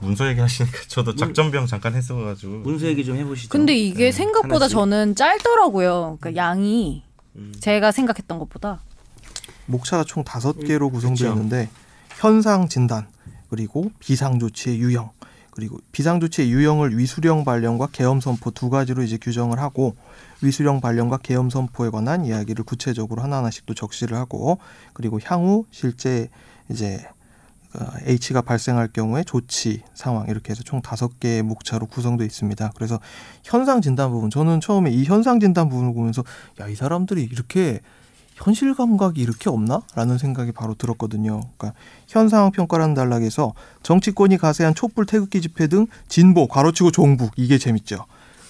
Speaker 1: 문서 얘기하시니까 저도 작전병 잠깐 했어가지고
Speaker 2: 문서 얘기 좀 해보시죠.
Speaker 5: 근데 이게
Speaker 2: 네,
Speaker 5: 생각보다
Speaker 2: 하나씩. 음.
Speaker 5: 저는 짧더라고요. 그러니까 양이 제가 생각했던 것보다.
Speaker 4: 목차가 총 다섯 개로 구성되어
Speaker 2: 음, 그쵸.
Speaker 4: 있는데 현상 진단 그리고 비상 조치의 유형 그리고 비상 조치의 유형을 위수령 발령과 계엄 선포 두 가지로 이제 규정을 하고 위수령 발령과 계엄 선포에 관한 이야기를 구체적으로 하나하나씩 또 적시를 하고 그리고 향후 실제 이제 어, H가 발생할 경우에 조치 상황 이렇게 해서 총 다섯 개의 목차로 구성되어 있습니다. 그래서 현상 진단 부분 저는 처음에 이 현상 진단 부분을 보면서 야 이 사람들이 이렇게 현실 감각이 이렇게 없나라는 생각이 바로 들었거든요. 그러니까 현 상황 평가라는 단락에서 정치권이 가세한 촛불 태극기 집회 등 진보 가로치고 종북 이게 재밌죠.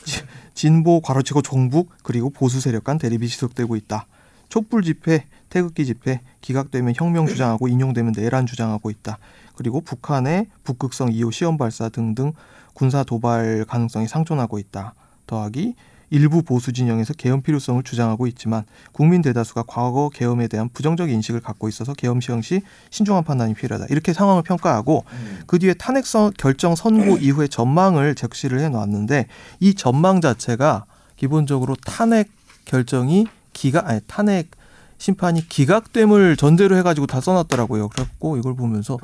Speaker 4: 지- 진보 가로치고 종북 그리고 보수 세력 간 대립이 지속되고 있다. 촛불 집회, 태극기 집회, 기각되면 혁명 주장하고 인용되면 내란 주장하고 있다. 그리고 북한의 북극성 2호 시험 발사 등등 군사 도발 가능성이 상존하고 있다. 더하기 일부 보수 진영에서 계엄 필요성을 주장하고 있지만 국민 대다수가 과거 계엄에 대한 부정적 인식을 갖고 있어서 계엄 시행 시 신중한 판단이 필요하다. 이렇게 상황을 평가하고 그 뒤에 탄핵 선- 결정
Speaker 2: 네.
Speaker 4: 선고 이후의 전망을 적시를 해 놨는데 이 전망 자체가 기본적으로 탄핵 결정이 기각 아니 탄핵 심판이 기각됨을 전제로 해가지고 다 써놨더라고요. 그래갖고 이걸 보면서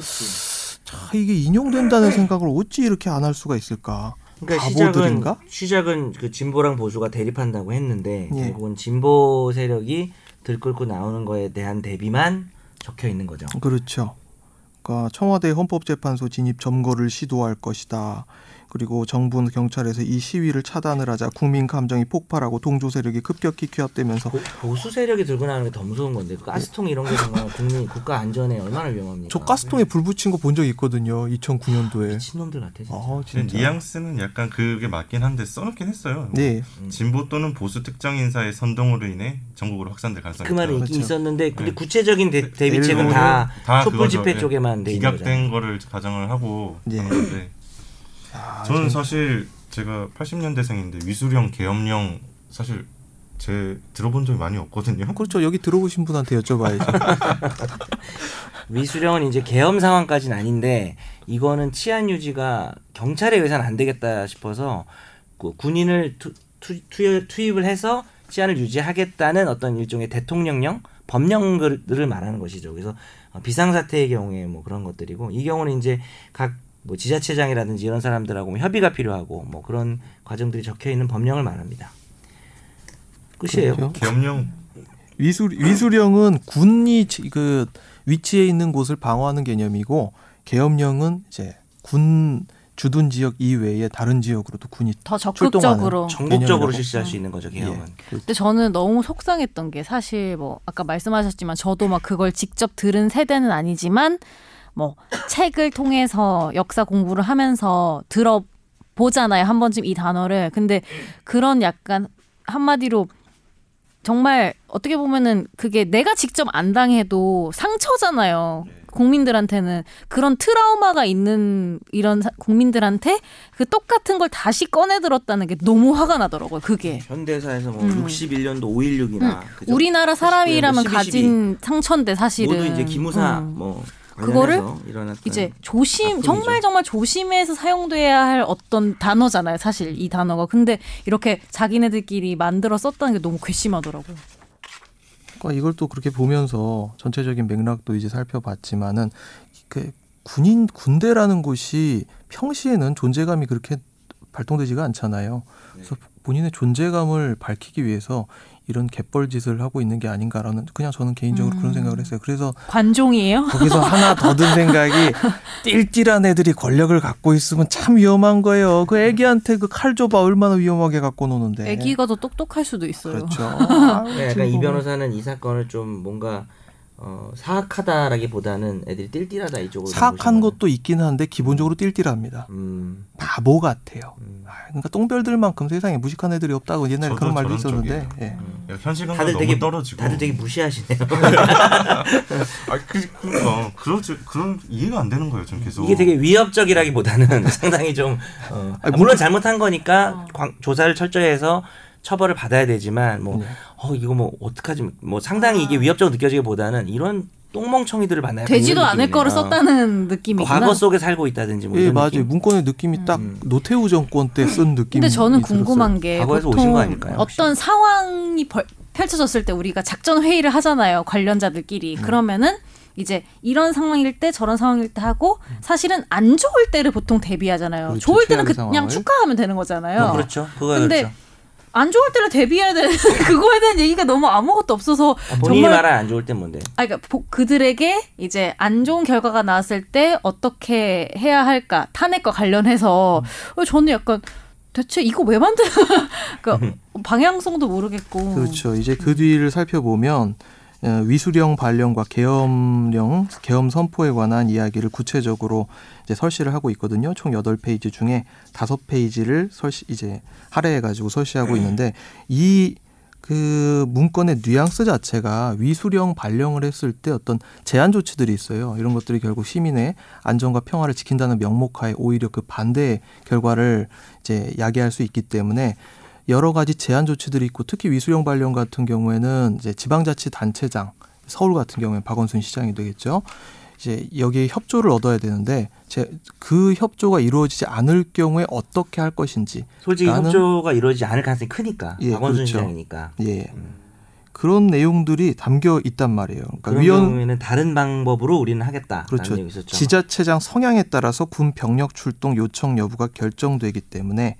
Speaker 4: 자 이게 인용된다는 생각을 어찌 이렇게 안 할 수가 있을까?
Speaker 2: 네. 그러니까 시작은
Speaker 4: 바보들인가?
Speaker 2: 시작은 그 진보랑 보수가 대립한다고 했는데
Speaker 4: 예.
Speaker 2: 결국은 진보 세력이 들끓고 나오는 거에 대한 대비만 적혀 있는 거죠.
Speaker 4: 그렇죠. 그러니까 청와대 헌법재판소 진입 점거를 시도할 것이다. 그리고 정부는 경찰에서 이 시위를 차단을 하자 국민 감정이 폭발하고 동조 세력이 급격히 귀합되면서
Speaker 2: 보, 보수 세력이 들고 나오는 게 더 무서운 건데 그 가스통 이런 게 정말 국민 국가 안전에 얼마나 위험합니까? 네.
Speaker 4: 저 가스통에 불 붙인 거 본 적 있거든요. 2009년도에.
Speaker 2: 미친놈들 같아 진짜.
Speaker 4: 아
Speaker 1: 근데
Speaker 4: 진짜.
Speaker 1: 뉘앙스는 약간 그게 맞긴 한데 써놓긴 했어요.
Speaker 4: 네.
Speaker 1: 진보 또는 보수 특정 인사의 선동으로 인해 전국으로 확산될 가능성이
Speaker 2: 그 말은
Speaker 1: 있다.
Speaker 2: 있긴
Speaker 4: 그렇죠.
Speaker 2: 있었는데 근데
Speaker 1: 네.
Speaker 2: 구체적인 대, 대비책은
Speaker 4: 일본은
Speaker 2: 다,
Speaker 1: 다
Speaker 2: 촛불
Speaker 1: 그거죠.
Speaker 2: 집회
Speaker 1: 예.
Speaker 2: 쪽에만 돼 있는 거잖아요.
Speaker 1: 기각된 거를 가정을 하고
Speaker 4: 예.
Speaker 1: 하는데
Speaker 4: 아,
Speaker 1: 저는 사실 제가 80년대생인데 위수령, 계엄령 사실 제 들어본 적이 많이 없거든요.
Speaker 4: 그렇죠. 여기 들어오신 분한테 여쭤봐야죠.
Speaker 2: 위수령은 이제 계엄 상황까지는 아닌데 이거는 치안 유지가 경찰에 의해서는 안 되겠다 싶어서 그 군인을 투, 투, 투, 투입을 해서 치안을 유지하겠다는 어떤 일종의 대통령령 법령들을 말하는 것이죠. 그래서 어, 비상사태의 경우에 뭐 그런 것들이고 이 경우는 이제 각 뭐 지자체장이라든지 이런 사람들하고 뭐 협의가 필요하고 뭐 그런 과정들이 적혀 있는 법령을 말합니다. 끝이에요.
Speaker 4: 그렇죠.
Speaker 1: 계엄령
Speaker 4: 위수 위수령은 군이 지- 그 위치에 있는 곳을 방어하는 개념이고 계엄령은 이제 군 주둔 지역 이외의 다른 지역으로도 군이
Speaker 5: 더
Speaker 4: 출동하는
Speaker 5: 적극적으로.
Speaker 2: 전국적으로
Speaker 4: 개념이라고. 예.
Speaker 2: 실시할 수 있는 거죠 계엄은.
Speaker 3: 근데 저는 너무 속상했던 게 사실 뭐 아까 말씀하셨지만 저도 막 그걸 직접 들은 세대는 아니지만 뭐 책을 통해서 역사 공부를 하면서 들어보잖아요 한 번쯤 이 단어를 근데 그런 약간 한마디로 정말 어떻게 보면은 그게 내가 직접 안 당해도 상처잖아요 국민들한테는 그런 트라우마가 있는 이런 사- 국민들한테 그 똑같은 걸 다시 꺼내 들었다는 게 너무 화가 나더라고요 그게
Speaker 2: 현대사에서 뭐
Speaker 3: 음.
Speaker 2: 61년도 5.16이나
Speaker 3: 우리나라 사람이라면
Speaker 2: 12,
Speaker 3: 가진 상처인데 사실은
Speaker 2: 모두 이제 기무사
Speaker 3: 음.
Speaker 2: 뭐
Speaker 3: 그거를
Speaker 2: 관련해서 일어났던
Speaker 3: 이제 조심
Speaker 2: 아픔이죠.
Speaker 3: 정말 정말 조심해서 사용돼야 할 어떤 단어잖아요 사실 이 단어가 근데 이렇게 자기네들끼리 만들어 썼다는 게 너무 괘씸하더라고요
Speaker 4: 그러니까 이걸 또 그렇게 보면서 전체적인 맥락도 이제 살펴봤지만은 그 군인 군대라는 곳이 평시에는 존재감이 그렇게 발동되지가 않잖아요. 그래서 본인의 존재감을 밝히기 위해서 이런 갯벌 짓을 하고 있는 게 아닌가라는 그냥 저는 개인적으로
Speaker 3: 음.
Speaker 4: 그런 생각을 했어요. 그래서
Speaker 3: 관종이에요
Speaker 4: 거기서 하나 더 든 생각이 띨띨한 애들이 권력을 갖고 있으면 참 위험한 거예요. 그 애기한테 그 칼 줘봐 얼마나 위험하게 갖고 노는데.
Speaker 3: 애기가 더 똑똑할 수도 있어요
Speaker 4: 네. 그렇죠. 아유,
Speaker 2: 네, 약간
Speaker 4: 지금
Speaker 2: 이
Speaker 4: 보면.
Speaker 2: 변호사는 이 사건을 좀 뭔가 어, 사악하다라기보다는 애들이 띨띨하다 이쪽으로 좀
Speaker 4: 사악한
Speaker 2: 보시면은.
Speaker 4: 것도 있긴 한데 기본적으로 띨띨합니다.
Speaker 2: 음,
Speaker 4: 바보 같아요.
Speaker 2: 음.
Speaker 4: 아, 그러니까 똥별들만큼 세상에 무식한 애들이 없다고 옛날에
Speaker 1: 저도
Speaker 4: 그런 말도
Speaker 1: 저런 음.
Speaker 4: 있었는데. 예.
Speaker 1: 야, 현실감과
Speaker 2: 다들
Speaker 1: 너무
Speaker 2: 되게
Speaker 1: 떨어지고
Speaker 2: 다들 되게 무시하시네요.
Speaker 1: 아 그, 그러니까 그러지 그런 이해가 안 되는 거예요. 저는 계속
Speaker 2: 이게 되게 위협적이라기보다는 상당히 좀 어,
Speaker 4: 아니,
Speaker 2: 물론 잘못한
Speaker 3: 어.
Speaker 2: 거니까 광- 조사를 철저히 해서 처벌을 받아야 되지만
Speaker 4: 음.
Speaker 2: 뭐 어, 이거 뭐 어떡하지 뭐 상당히 이게 위협적으로 느껴지기보다는 이런 똥멍청이들을 만나요.
Speaker 3: 아. 되지도 않을 거를 썼다는 느낌이구나
Speaker 2: 어. 과거 속에 살고 있다든지 뭐
Speaker 4: 예,
Speaker 2: 이런
Speaker 4: 맞아요.
Speaker 2: 느낌?
Speaker 4: 문건의 느낌이 딱 노태우 정권 때 쓴 느낌.
Speaker 3: 근데 저는 궁금한 게
Speaker 2: 과거에서 오신
Speaker 3: 보통
Speaker 2: 거 아닐까요, 혹시?
Speaker 3: 어떤 상황이 벌- 펼쳐졌을 때 우리가 작전 회의를 하잖아요
Speaker 2: 음.
Speaker 3: 관련자들끼리 그러면은 이제 이런 상황일 때 저런 상황일 때 하고 사실은 안 좋을 때를 보통 대비하잖아요
Speaker 4: 그렇죠,
Speaker 3: 좋을 때는
Speaker 4: 최악의
Speaker 3: 그냥
Speaker 4: 상황을.
Speaker 3: 축하하면 되는 거잖아요
Speaker 2: 어, 그렇죠. 그거
Speaker 3: 근데
Speaker 2: 그렇죠.
Speaker 3: 안 좋을 때를 대비해야 되는 그거에 대한 얘기가 너무 아무것도 없어서
Speaker 2: 본인이
Speaker 3: 정말
Speaker 2: 말한 안 좋을 때 뭔데?
Speaker 3: 아, 그러니까 보- 그들에게 이제 안 좋은 결과가 나왔을 때 어떻게 해야 할까 탄핵과 관련해서 어, 저는 약간 대체 이거 왜 만드는 그러니까 방향성도 모르겠고
Speaker 4: 그렇죠. 이제 그 뒤를 살펴보면 어, 위수령 발령과 계엄령, 계엄 선포에 관한 이야기를 구체적으로 이제 설시를 하고 있거든요. 총 여덟 페이지 중에 다섯 페이지를 설시 이제 할애해 가지고 설시하고 있는데 이 그 문건의 뉘앙스 자체가 위수령 발령을 했을 때 어떤 제한 조치들이 있어요. 이런 것들이 결국 시민의 안전과 평화를 지킨다는 명목하에 오히려 그 반대의 결과를 이제 야기할 수 있기 때문에 여러 가지 제한 조치들이 있고 특히 위수령 발령 같은 경우에는 이제 지방자치단체장 서울 같은 경우에 박원순 시장이 되겠죠. 이제 여기에 협조를 얻어야 되는데 제, 그 협조가 이루어지지 않을 경우에 어떻게 할 것인지
Speaker 2: 솔직히
Speaker 4: 나는-
Speaker 2: 협조가 이루어지지 않을 가능성이 크니까
Speaker 4: 예,
Speaker 2: 박원순
Speaker 4: 그렇죠.
Speaker 2: 시장이니까
Speaker 4: 예 그런 내용들이 담겨 있단 말이에요. 그러니까
Speaker 2: 음. 그런
Speaker 4: 위원
Speaker 2: 경우에는 다른 방법으로 우리는 하겠다라는
Speaker 4: 그렇죠.
Speaker 2: 얘기 있었죠.
Speaker 3: 음.
Speaker 4: 지자체장 성향에 따라서 군 병력 출동 요청 여부가 결정되기 때문에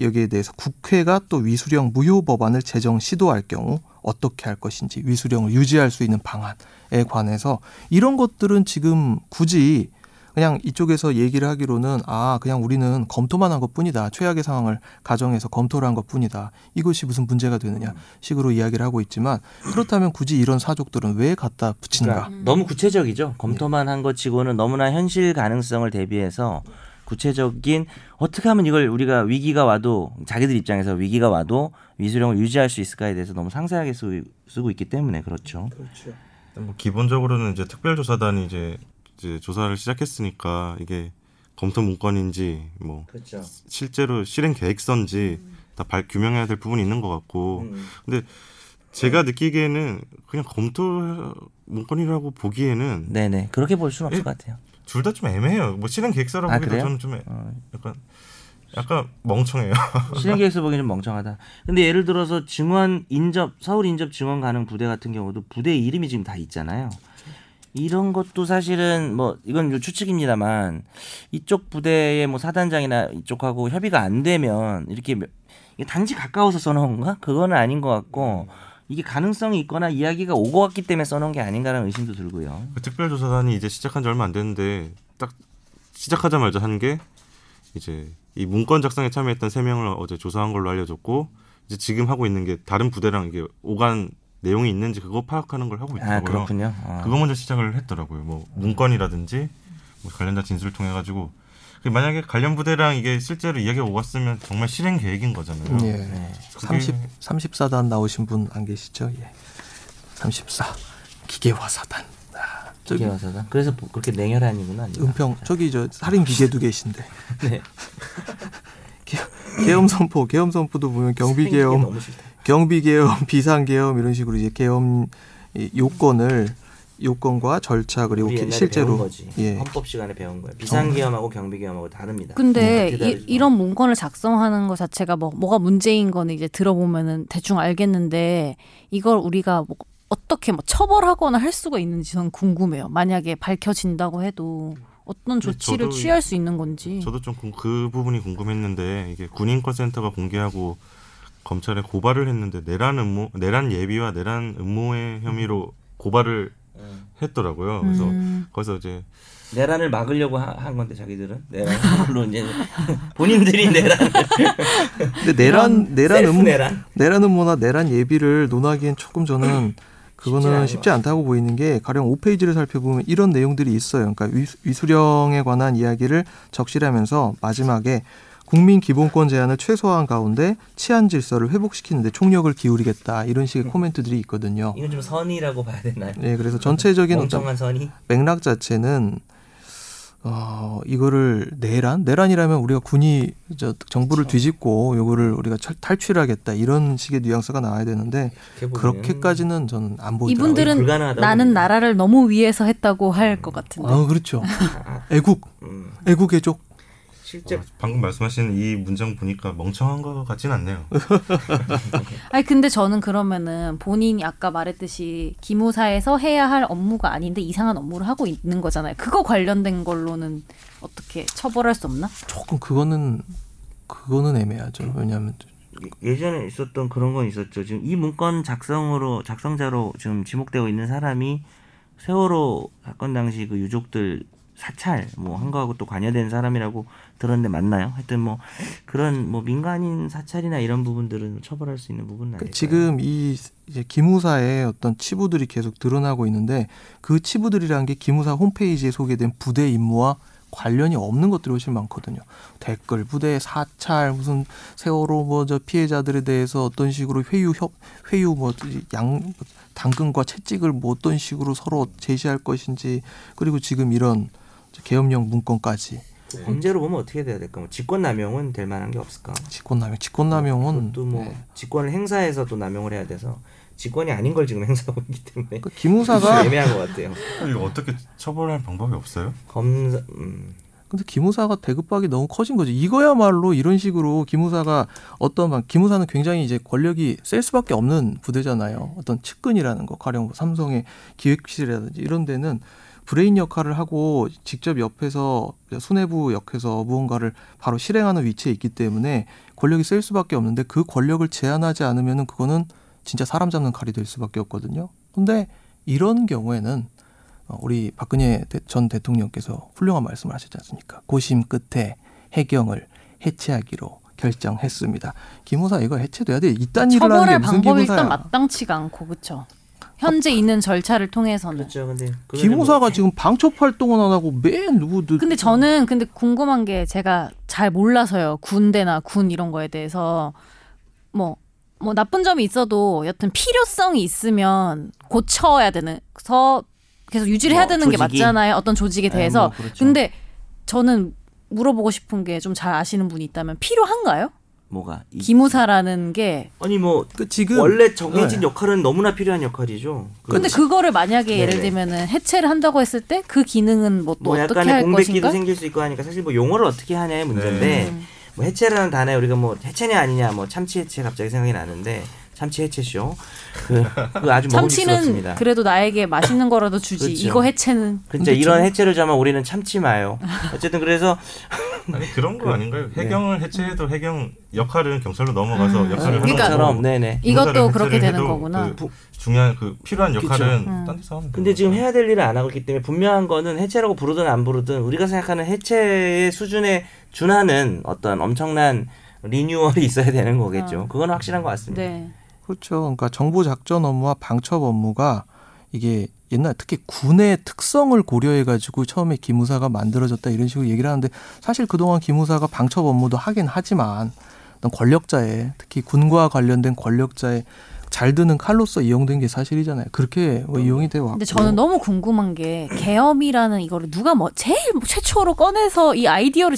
Speaker 4: 여기에 대해서 국회가 또 위수령 무효 법안을 제정 시도할 경우 어떻게 할 것인지 위수령을 유지할 수 있는 방안에 관해서 이런 것들은 지금 굳이 그냥 이쪽에서 얘기를 하기로는 아 그냥 우리는 검토만 한 것뿐이다 최악의 상황을 가정해서 검토를 한 것뿐이다 이것이 무슨 문제가
Speaker 2: 음.
Speaker 4: 되느냐 식으로 이야기를 하고 있지만 그렇다면 굳이 이런 사족들은 왜 갖다
Speaker 2: 그러니까
Speaker 4: 붙인가
Speaker 2: 너무 구체적이죠. 검토만
Speaker 4: 예.
Speaker 2: 한 것치고는 너무나 현실 가능성을 대비해서 구체적인 어떻게 하면 이걸 우리가 위기가 와도 자기들 입장에서 위기가 와도 위수령을 유지할 수 있을까에 대해서 너무 상세하게 쓰, 쓰고 있기 때문에 그렇죠.
Speaker 1: 일단 뭐 기본적으로는 이제 특별조사단이 이제, 이제 조사를 시작했으니까 이게 검토 문건인지 뭐
Speaker 2: 그렇죠.
Speaker 1: 실제로 실행 계획서인지 다 발, 규명해야 될 부분이 있는 것 같고
Speaker 2: 음.
Speaker 1: 근데 제가
Speaker 2: 네.
Speaker 1: 느끼기에는 그냥 검토 문건이라고 보기에는
Speaker 2: 네네 그렇게 볼 수는
Speaker 4: 예.
Speaker 2: 없을 것 같아요.
Speaker 1: 둘 다 좀 애매해요. 뭐 실행 계획서라고
Speaker 2: 아,
Speaker 1: 보기도
Speaker 2: 그래요?
Speaker 1: 저는 좀 애- 약간 약간 멍청해요.
Speaker 2: 실행계획서 보기 좀 멍청하다. 근데 예를 들어서 증원 인접 서울 인접 증원 가능 부대 같은 경우도 부대 이름이 지금 다 있잖아요. 이런 것도 사실은 뭐 이건 이제 추측입니다만 이쪽 부대의 뭐 사단장이나 이쪽하고 협의가 안 되면 이렇게 몇- 이게 단지 가까워서 써놓은 건가? 그거는 아닌 것 같고 이게 가능성이 있거나 이야기가 오고 왔기 때문에 써놓은 게 아닌가라는 의심도 들고요.
Speaker 1: 그 특별조사단이 이제 시작한 지 얼마 안 됐는데 딱 시작하자마자 한 게 이제 이 문건 작성에 참여했던 세 명을 어제 조사한 걸로 알려졌고 이제 지금 하고 있는 게 다른 부대랑 이게 오간 내용이 있는지 그거 파악하는 걸 하고
Speaker 2: 아
Speaker 1: 있더라고요.
Speaker 2: 그렇군요. 어.
Speaker 1: 그거 먼저 시작을 했더라고요. 뭐 문건이라든지 뭐 관련자 진술을 통해 가지고 그 만약에 관련 부대랑 이게 실제로 이야기가 오갔으면 정말 실행 계획인 거잖아요.
Speaker 4: 예.
Speaker 2: 네.
Speaker 1: 그게-
Speaker 4: 30 34단 나오신 분 안 계시죠? 예. 34 기계화사단. 아, 저기
Speaker 2: 기계 와서다. 그래서 보- 그렇게 냉혈한이구나. 아니가?
Speaker 4: 은평 저기 저 살인 기계도 계신데.
Speaker 2: 네.
Speaker 4: 개- 계엄선포, 계엄선포도 보면 경비계엄,
Speaker 2: 너무 싫다.
Speaker 4: 경비계엄, 비상계엄 이런 식으로 이제 계엄 이 요건을 요건과 절차 그리고
Speaker 2: 우리
Speaker 4: 기-
Speaker 2: 옛날에
Speaker 4: 실제로
Speaker 2: 배운 거지.
Speaker 4: 예 어.
Speaker 2: 헌법 시간에 배운 거야. 비상계엄하고 경비계엄하고 다릅니다.
Speaker 4: 음.
Speaker 3: 근데
Speaker 2: 그렇게 다르죠.
Speaker 3: 이, 이런 문건을 작성하는 것 자체가 뭐 뭐가 문제인 거는 이제 들어보면은 대충 알겠는데 이걸 우리가 뭐 어떻게 뭐 처벌하거나 할 수가 있는지 저는 궁금해요. 만약에 밝혀진다고 해도 어떤 조치를
Speaker 1: 저도 이-
Speaker 3: 취할 수 있는 건지.
Speaker 1: 저도 좀 그 부분이 궁금했는데 이게 군인권센터가 공개하고 검찰에 고발을 했는데 내란 음모, 내란 예비와 내란 음모의 혐의로 고발을 했더라고요. 그래서
Speaker 3: 음.
Speaker 1: 거기서 이제
Speaker 2: 내란을 막으려고 하- 한 건데 자기들은 내란으로 이제 본인들이 내란
Speaker 4: 근데 내란 내란
Speaker 2: 셀프
Speaker 4: 음모
Speaker 2: 내란.
Speaker 4: 내란 음모나 내란 예비를 논하기엔 조금 저는 그거는
Speaker 2: 쉽지
Speaker 4: 쉽지 않다고 보이는 게 가령 5페이지를 살펴보면 이런 내용들이 있어요. 그러니까 위- 위수령에 관한 이야기를 적실하면서 마지막에 국민 기본권 제한을 최소화한 가운데 치안 질서를 회복시키는데 총력을 기울이겠다 이런 식의 코멘트들이 있거든요.
Speaker 2: 이건 좀 선의라고 봐야 되나요?
Speaker 4: 예, 어. 그래서 전체적인 어떤
Speaker 2: 엄청난 선의.
Speaker 4: 맥락 자체는 어 이거를 내란 내란이라면 우리가 군이 저 정부를 뒤집고 요거를 우리가 철- 탈출하겠다 이런 식의 뉘앙스가 나와야 되는데
Speaker 2: 보면
Speaker 4: 그렇게까지는 저는 안 보이더라고요.
Speaker 3: 이분들은
Speaker 2: 불가능하다고
Speaker 3: 나는
Speaker 2: 봅니다.
Speaker 3: 나라를 너무 위해서 했다고 할 것 같은데.
Speaker 4: 아 그렇죠. 애국
Speaker 2: 음,
Speaker 4: 애국의 족.
Speaker 2: 실제
Speaker 1: 어, 방금 말씀하신 이 문장 보니까 멍청한 것 같진 않네요.
Speaker 3: 아니 근데 저는 그러면은 본인이 아까 말했듯이 기무사에서 해야 할 업무가 아닌데 이상한 업무를 하고 있는 거잖아요. 그거 관련된 걸로는 어떻게 처벌할 수 없나?
Speaker 4: 조금 그거는 그거는 애매하죠. 왜냐하면
Speaker 2: 예- 예전에 있었던 그런 건 있었죠. 지금 이 문건 작성으로 작성자로 지금 지목되고 있는 사람이 세월호 사건 당시 그 유족들 사찰 뭐 한 거하고 또 관여된 사람이라고 들었는데 맞나요? 하여튼 뭐 그런 뭐 민간인 사찰이나 이런 부분들은 처벌할 수 있는 부분은 아닐까요?
Speaker 4: 그러니까 지금 이 이제 기무사의 어떤 치부들이 계속 드러나고 있는데 그 치부들이라는 게 기무사 홈페이지에 소개된 부대 임무와 관련이 없는 것들이 훨씬 많거든요. 댓글, 부대 사찰, 무슨 세월호 뭐 저 피해자들에 대해서 어떤 식으로 회유 협 회유 뭐양 당근과 채찍을 뭐 어떤 식으로 서로 제시할 것인지 그리고 지금 이런 계엄령 문건까지
Speaker 2: 범죄로 보면 어떻게 돼야 될까? 뭐 직권 남용은 될 만한 게 없을까?
Speaker 4: 직권남용, 직권남용은
Speaker 2: 그것도 뭐
Speaker 4: 네.
Speaker 2: 직권을 행사해서 또 남용을 해야 돼서 직권이 아닌 걸 지금 행사하고 있기 때문에
Speaker 4: 그 기무사가
Speaker 2: 애매한 것 같아요.
Speaker 1: 이거 어떻게 처벌할 방법이 없어요?
Speaker 2: 검사 음.
Speaker 4: 근데 기무사가 대급박이 너무 커진 거죠. 이거야말로 이런 식으로 기무사가 어떤 막 기무사는 굉장히 이제 권력이 셀 수밖에 없는 부대잖아요. 어떤 측근이라는 거, 가령 뭐 삼성의 기획실이라든지 이런 데는 브레인 역할을 하고 직접 옆에서 수뇌부 역에서 무언가를 바로 실행하는 위치에 있기 때문에 권력이 셀 수밖에 없는데 그 권력을 제한하지 않으면은 그거는 진짜 사람 잡는 칼이 될 수밖에 없거든요. 근데 이런 경우에는 어, 우리 박근혜 대- 전 대통령께서 훌륭한 말씀을 하셨지 않습니까? 고심 끝에 해경을 해체하기로 결정했습니다. 기무사 이거 해체돼야 돼. 이딴 일을 하는 게
Speaker 3: 처벌할
Speaker 4: 무슨
Speaker 3: 방법이 일단
Speaker 4: 기무사야? 아,
Speaker 3: 마땅치가 않고 그쵸. 현재 있는 절차를 통해서는.
Speaker 2: 그렇죠. 근데 그거는 뭐
Speaker 4: 기무사가 지금 방첩 활동은 안 하고 맨 누구든
Speaker 3: 근데 저는 근데 궁금한 게 제가 잘 몰라서요. 군대나 군 이런 거에 대해서 뭐, 뭐 나쁜 점이 있어도 여튼 필요성이 있으면 고쳐야 되는, 서 계속 유지를 해야
Speaker 2: 뭐,
Speaker 3: 되는 게
Speaker 2: 조직이?
Speaker 3: 맞잖아요. 어떤 조직에
Speaker 4: 네,
Speaker 3: 대해서.
Speaker 4: 뭐 그렇죠.
Speaker 3: 근데 저는 물어보고 싶은 게 좀 잘 아시는 분이 있다면 필요한가요?
Speaker 2: 뭐, 뭐가 이-
Speaker 3: 기무사라는 게.
Speaker 2: 아니 뭐
Speaker 4: 그 지금
Speaker 2: 원래 정해진
Speaker 4: 네.
Speaker 2: 역할은 너무나 필요한 역할이죠. 그
Speaker 3: 근데 그거를 만약에 예를
Speaker 2: 네네.
Speaker 3: 들면은 해체를 한다고 했을 때 그 기능은 뭐 또
Speaker 2: 뭐
Speaker 3: 어떻게
Speaker 2: 약간의
Speaker 3: 할
Speaker 2: 공백기도
Speaker 3: 것인가? 음.
Speaker 2: 생길 수 있고 하니까 사실 뭐 용어를 어떻게 하냐의 문제인데
Speaker 1: 네.
Speaker 2: 뭐 해체라는 단어에 우리가 뭐 해체냐 아니냐 뭐 참치 해체 갑자기 생각이 나는데 참치 해체쇼 그, 그 아주 먹음직스럽습니다.
Speaker 3: 참치는 그래도 나에게 맛있는 거라도 주지.
Speaker 2: 그렇죠.
Speaker 3: 이거 해체는
Speaker 2: 그러니까 이런 해체를 자면 우리는 참치 마요. 어쨌든 그래서
Speaker 1: 아니 네. 그런 음. 거 아닌가요? 해경을 해체해도 해경 역할은 경찰로 넘어가서 역할을 하는
Speaker 3: 그러니까-
Speaker 1: 거고
Speaker 2: 것처럼 네네.
Speaker 3: 이것도
Speaker 1: 검사를
Speaker 3: 그렇게
Speaker 1: 해체를
Speaker 3: 되는
Speaker 1: 해도
Speaker 3: 거구나. 음.
Speaker 1: 그 중요한 그 필요한 역할은 딴 데서 하면
Speaker 2: 근데
Speaker 1: 되는
Speaker 2: 지금
Speaker 1: 거죠.
Speaker 2: 해야 될 일을 안 하고 있기 때문에 분명한 거는 해체라고 부르든 안 부르든 우리가 생각하는 해체의 수준에 준하는 어떤 엄청난 리뉴얼이 있어야 되는 거겠죠. 그건 확실한 것 같습니다.
Speaker 3: 아. 네.
Speaker 4: 그렇죠. 그러니까 정보 작전 업무와 방첩 업무가 이게 옛날 특히 군의 특성을 고려해 가지고 처음에 기무사가 만들어졌다 이런 식으로 얘기를 하는데 사실 그동안 기무사가 방첩 업무도 하긴 하지만 어떤 권력자의 특히 군과 관련된 권력자의 잘 드는 칼로서 이용된 게 사실이잖아요. 그렇게 뭐 이용이 돼 왔고.
Speaker 3: 근데 저는 너무 궁금한 게 개엄이라는 이거를 누가 뭐 제일 최초로 꺼내서 이 아이디어를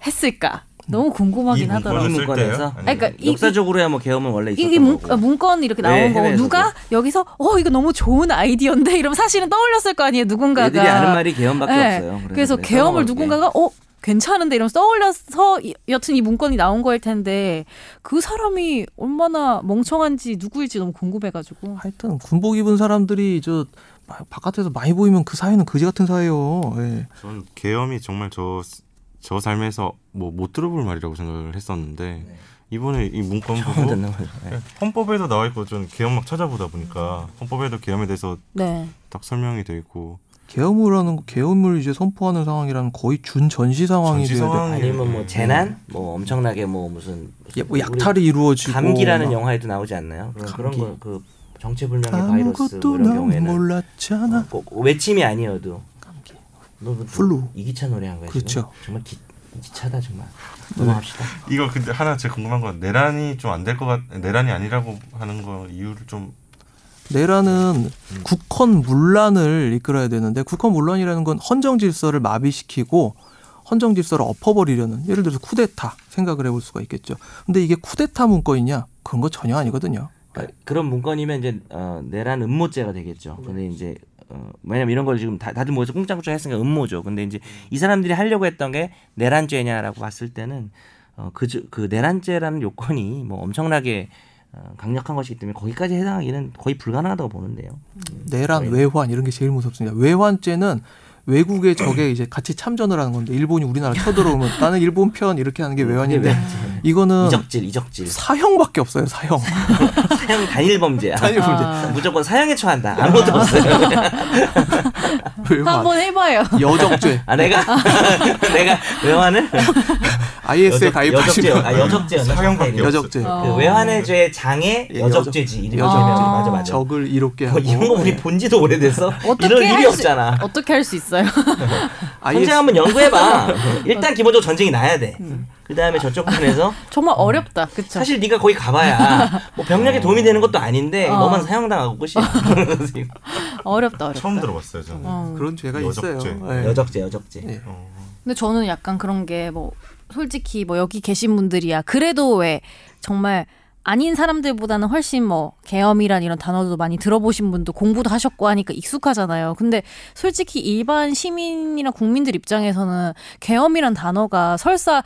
Speaker 3: 제공했을까? 너무
Speaker 1: 이
Speaker 3: 궁금하긴
Speaker 1: 문건을
Speaker 2: 하더라고요.
Speaker 1: 쓸
Speaker 2: 이 문건에서?
Speaker 1: 때요?
Speaker 2: 아니,
Speaker 1: 아니면-
Speaker 3: 그러니까 이-
Speaker 2: 역사적으로야 뭐 계엄은 원래 있었던
Speaker 3: 이게 문, 아,
Speaker 2: 거고.
Speaker 3: 문건 이렇게 나온
Speaker 2: 네,
Speaker 3: 거고
Speaker 2: 해외에서도.
Speaker 3: 누가 여기서 어 이거 너무 좋은 아이디어인데 이러면 사실은 떠올렸을 거 아니에요 누군가가
Speaker 2: 애들이 아는 말이 계엄밖에
Speaker 3: 네.
Speaker 2: 없어요. 그래서
Speaker 3: 그래서
Speaker 2: 그냥
Speaker 3: 계엄을
Speaker 2: 써먹을게.
Speaker 3: 누군가가 어 괜찮은데 이러면 떠올려서 이- 여튼 이 문건이 나온 거일 텐데 그 사람이 얼마나 멍청한지 누구일지 너무 궁금해가지고
Speaker 2: 아,
Speaker 4: 하여튼 군복 입은 사람들이 저 바깥에서 많이 보이면 그 사회는 그지 같은 사회예요. 예.
Speaker 1: 전 계엄이 정말 저 저 삶에서 뭐 못 들어볼 말이라고 생각을 했었는데 이번에 이 문건
Speaker 2: 처음
Speaker 1: 보고
Speaker 2: 듣는 거죠. 네.
Speaker 1: 네. 헌법에도 나와 있고 좀 계엄 막 찾아보다 보니까 헌법에도 계엄에 대해서
Speaker 3: 네.
Speaker 1: 딱 설명이 돼 있고
Speaker 4: 계엄을 하는 계엄을 이제 선포하는 상황이라면 거의 준 전시 상황이
Speaker 1: 전시
Speaker 4: 돼야 돼.
Speaker 1: 상황이-
Speaker 2: 아니면 뭐 재난, 뭐 엄청나게 뭐 무슨
Speaker 4: 예, 뭐
Speaker 2: 우리
Speaker 4: 약탈이 이루어지고
Speaker 2: 감기라는
Speaker 4: 막
Speaker 2: 영화에도 나오지 않나요? 그런 그런
Speaker 4: 감기.
Speaker 2: 거그 정체불명의 바이러스
Speaker 4: 아무것도
Speaker 2: 뭐 이런
Speaker 4: 난
Speaker 2: 경우에는 어.
Speaker 4: 몰랐잖아.
Speaker 2: 꼭 뭐, 외침이 아니어도
Speaker 4: 감기.
Speaker 2: 너, 너,
Speaker 4: 플루.
Speaker 2: 이기차 노래한 거야
Speaker 4: 그렇죠. 네.
Speaker 2: 지금? 정말 기, 기차다 정말 넘어갑시다
Speaker 1: 이거 근데 하나 제가 궁금한 건 내란이 좀 안 될 것 같 내란이 아니라고 하는 거 이유를 좀
Speaker 4: 내란은
Speaker 2: 음.
Speaker 4: 국헌 문란을 이끌어야 되는데 국헌 문란이라는 건 헌정 질서를 마비시키고 헌정 질서를 엎어버리려는 예를 들어서 쿠데타 생각을 해볼 수가 있겠죠. 근데 이게 쿠데타 문건이냐? 그런 거 전혀 아니거든요.
Speaker 2: 아, 그런 문건이면 이제 어, 내란 음모죄가 되겠죠 근데
Speaker 4: 그렇죠.
Speaker 2: 이제 어, 왜냐면 이런 걸 지금 다, 다들 모여서 꽁짝꽁짝 했으니까 음모죠 근데 이제 이 사람들이 하려고 했던 게 내란죄냐라고 봤을 때는 어, 그, 주- 그 내란죄라는 요건이 뭐 엄청나게 어, 강력한 것이기 때문에 거기까지 해당하기는 거의 불가능하다고 보는데요
Speaker 4: 내란,
Speaker 2: 음.
Speaker 4: 외환 이런 게 제일 무섭습니다. 외환죄는 외국의 적에 이제 같이 참전을 하는 건데 일본이 우리나라 쳐들어오면 나는 일본 편 이렇게 하는 게 외환인데 이거는
Speaker 2: 음, 이적질 이적질
Speaker 4: 사형밖에 없어요. 사형.
Speaker 2: 사형 단일 범죄야
Speaker 4: 단일 범죄.
Speaker 2: 무조건 사형에 처한다 아무것도 없어요
Speaker 4: 외환.
Speaker 3: 한번 해봐요.
Speaker 4: 여적죄.
Speaker 2: 아 내가 내가 외환을
Speaker 4: IS에 가입하신
Speaker 2: 여적죄
Speaker 4: 분.
Speaker 2: 아 여적죄였나
Speaker 1: 사형밖에
Speaker 2: 여적-
Speaker 4: 여적죄.
Speaker 2: 그 외환의 죄 장애
Speaker 4: 예,
Speaker 2: 여적죄지 이름이
Speaker 4: 여적죄. 예.
Speaker 2: 되면 맞아 맞아
Speaker 4: 적을 이롭게
Speaker 2: 어,
Speaker 4: 하고 네,
Speaker 2: 이런 거 우리 본지도 오래돼서 이런
Speaker 3: 어떻게
Speaker 2: 일이
Speaker 3: 할 수,
Speaker 2: 없잖아
Speaker 3: 어떻게 할 수 있어요?
Speaker 2: 전쟁
Speaker 4: IS
Speaker 2: 한번 연구해봐 일단 기본적으로 전쟁이 나야 돼그 다음에 저쪽 편에서
Speaker 3: 정말 어렵다. 그쵸?
Speaker 2: 음. 사실 네가 거기 가봐야 뭐 병력에 도움이 되는 것도 아닌데
Speaker 3: 어.
Speaker 2: 너만 사형당하고 끝이야
Speaker 3: 어렵다 어렵다.
Speaker 1: 처음 들어봤어요 저는.
Speaker 3: 어.
Speaker 4: 그런 죄가
Speaker 1: 여적죄.
Speaker 4: 있어요. 예.
Speaker 2: 여적죄 여적죄
Speaker 4: 예.
Speaker 1: 어,
Speaker 3: 근데 저는 약간 그런 게 뭐 솔직히 뭐 여기 계신 분들이야 그래도 왜 정말 아닌 사람들보다는 훨씬 뭐 계엄이란 이런 단어도 많이 들어보신 분도 공부도 하셨고 하니까 익숙하잖아요. 근데 솔직히 일반 시민이나 국민들 입장에서는 계엄이란 단어가 설사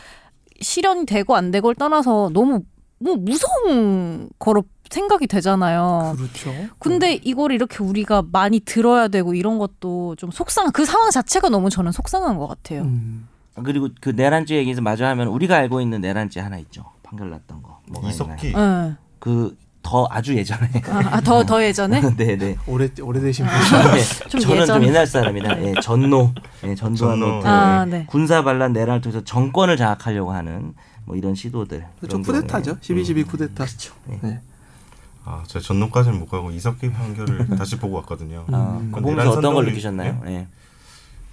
Speaker 3: 실현되고 안 되고를 떠나서 너무 뭐 무서운 거로 생각이 되잖아요.
Speaker 4: 그렇죠.
Speaker 2: 음.
Speaker 3: 근데 이걸 이렇게 우리가 많이 들어야 되고 이런 것도 좀 속상 그 상황 자체가 너무 저는 속상한 것 같아요.
Speaker 4: 음.
Speaker 2: 그리고 그 내란죄 얘기에서 마저 하면 우리가 알고 있는 내란죄 하나 있죠. 판결 났던 거. 뭐가
Speaker 1: 이석기
Speaker 2: 있나요?
Speaker 3: 예.
Speaker 2: 그 더 아주 예전에.
Speaker 3: 아, 더 더 예전에
Speaker 2: 네, 네.
Speaker 4: 오래 오래되신 분.
Speaker 2: 네,
Speaker 3: 아, 좀
Speaker 2: 저는
Speaker 3: 예전.
Speaker 2: 좀 옛날 사람이다. 예, 전노, 예, 전두환
Speaker 1: 전노.
Speaker 2: 노태,
Speaker 3: 아, 네.
Speaker 2: 군사 반란 내란을 통해서 정권을 장악하려고 하는 뭐 이런 시도들. 그런 음.
Speaker 4: 그렇죠. 쿠데타죠.
Speaker 2: 경우에.
Speaker 4: 12.12 쿠데타. 그렇죠. 네.
Speaker 1: 아, 제가 전농까지는 못 가고 이석기 판결을 다시 보고 왔거든요.
Speaker 2: 아,
Speaker 1: 그
Speaker 2: 그 보면서
Speaker 1: 내란
Speaker 2: 어떤 걸
Speaker 1: 선동이-
Speaker 2: 느끼셨나요? 예.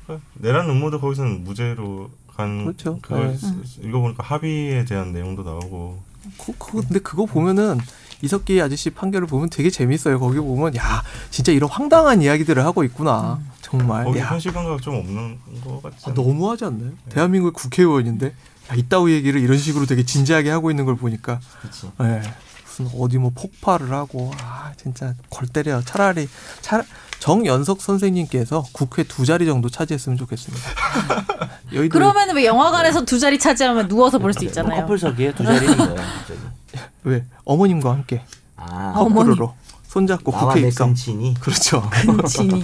Speaker 1: 네? 내란 음모도 거기서는 무죄로 간
Speaker 4: 그렇죠.
Speaker 1: 그걸
Speaker 4: 네.
Speaker 1: 쓰- 읽어보니까 합의에 대한 내용도 나오고
Speaker 4: 그, 그, 근데 그거 보면은 이석기 아저씨 판결을 보면 되게 재밌어요. 거기 보면 야 진짜 이런 황당한 이야기들을 하고 있구나. 정말.
Speaker 1: 거기
Speaker 4: 아, 야
Speaker 1: 현실 감각 좀 없는 것 같지
Speaker 4: 아,
Speaker 1: 않아요?
Speaker 4: 너무하지 않나요?
Speaker 2: 네.
Speaker 4: 대한민국의 국회의원인데 야, 이따위 얘기를 이런 식으로 되게 진지하게 하고 있는 걸 보니까
Speaker 2: 그렇지.
Speaker 4: 예, 무슨 어디 뭐 폭발을 하고 아 진짜 골 때려. 차라리 차 정연석 선생님께서 국회 두 자리 정도 차지했으면 좋겠습니다. 여의도
Speaker 3: 그러면 왜 영화관에서 두 자리 차지하면 누워서 볼 수
Speaker 2: 뭐
Speaker 3: 있잖아요.
Speaker 2: 커플석이에요. 두 자리인 거예요. 갑자기.
Speaker 4: 왜 어머님과 함께
Speaker 2: 아,
Speaker 3: 어머니.
Speaker 4: 거꾸로로 손잡고
Speaker 2: 나와
Speaker 4: 뭐 국회
Speaker 2: 내
Speaker 4: 입성.
Speaker 2: 끈친이
Speaker 4: 그렇죠.
Speaker 3: 진이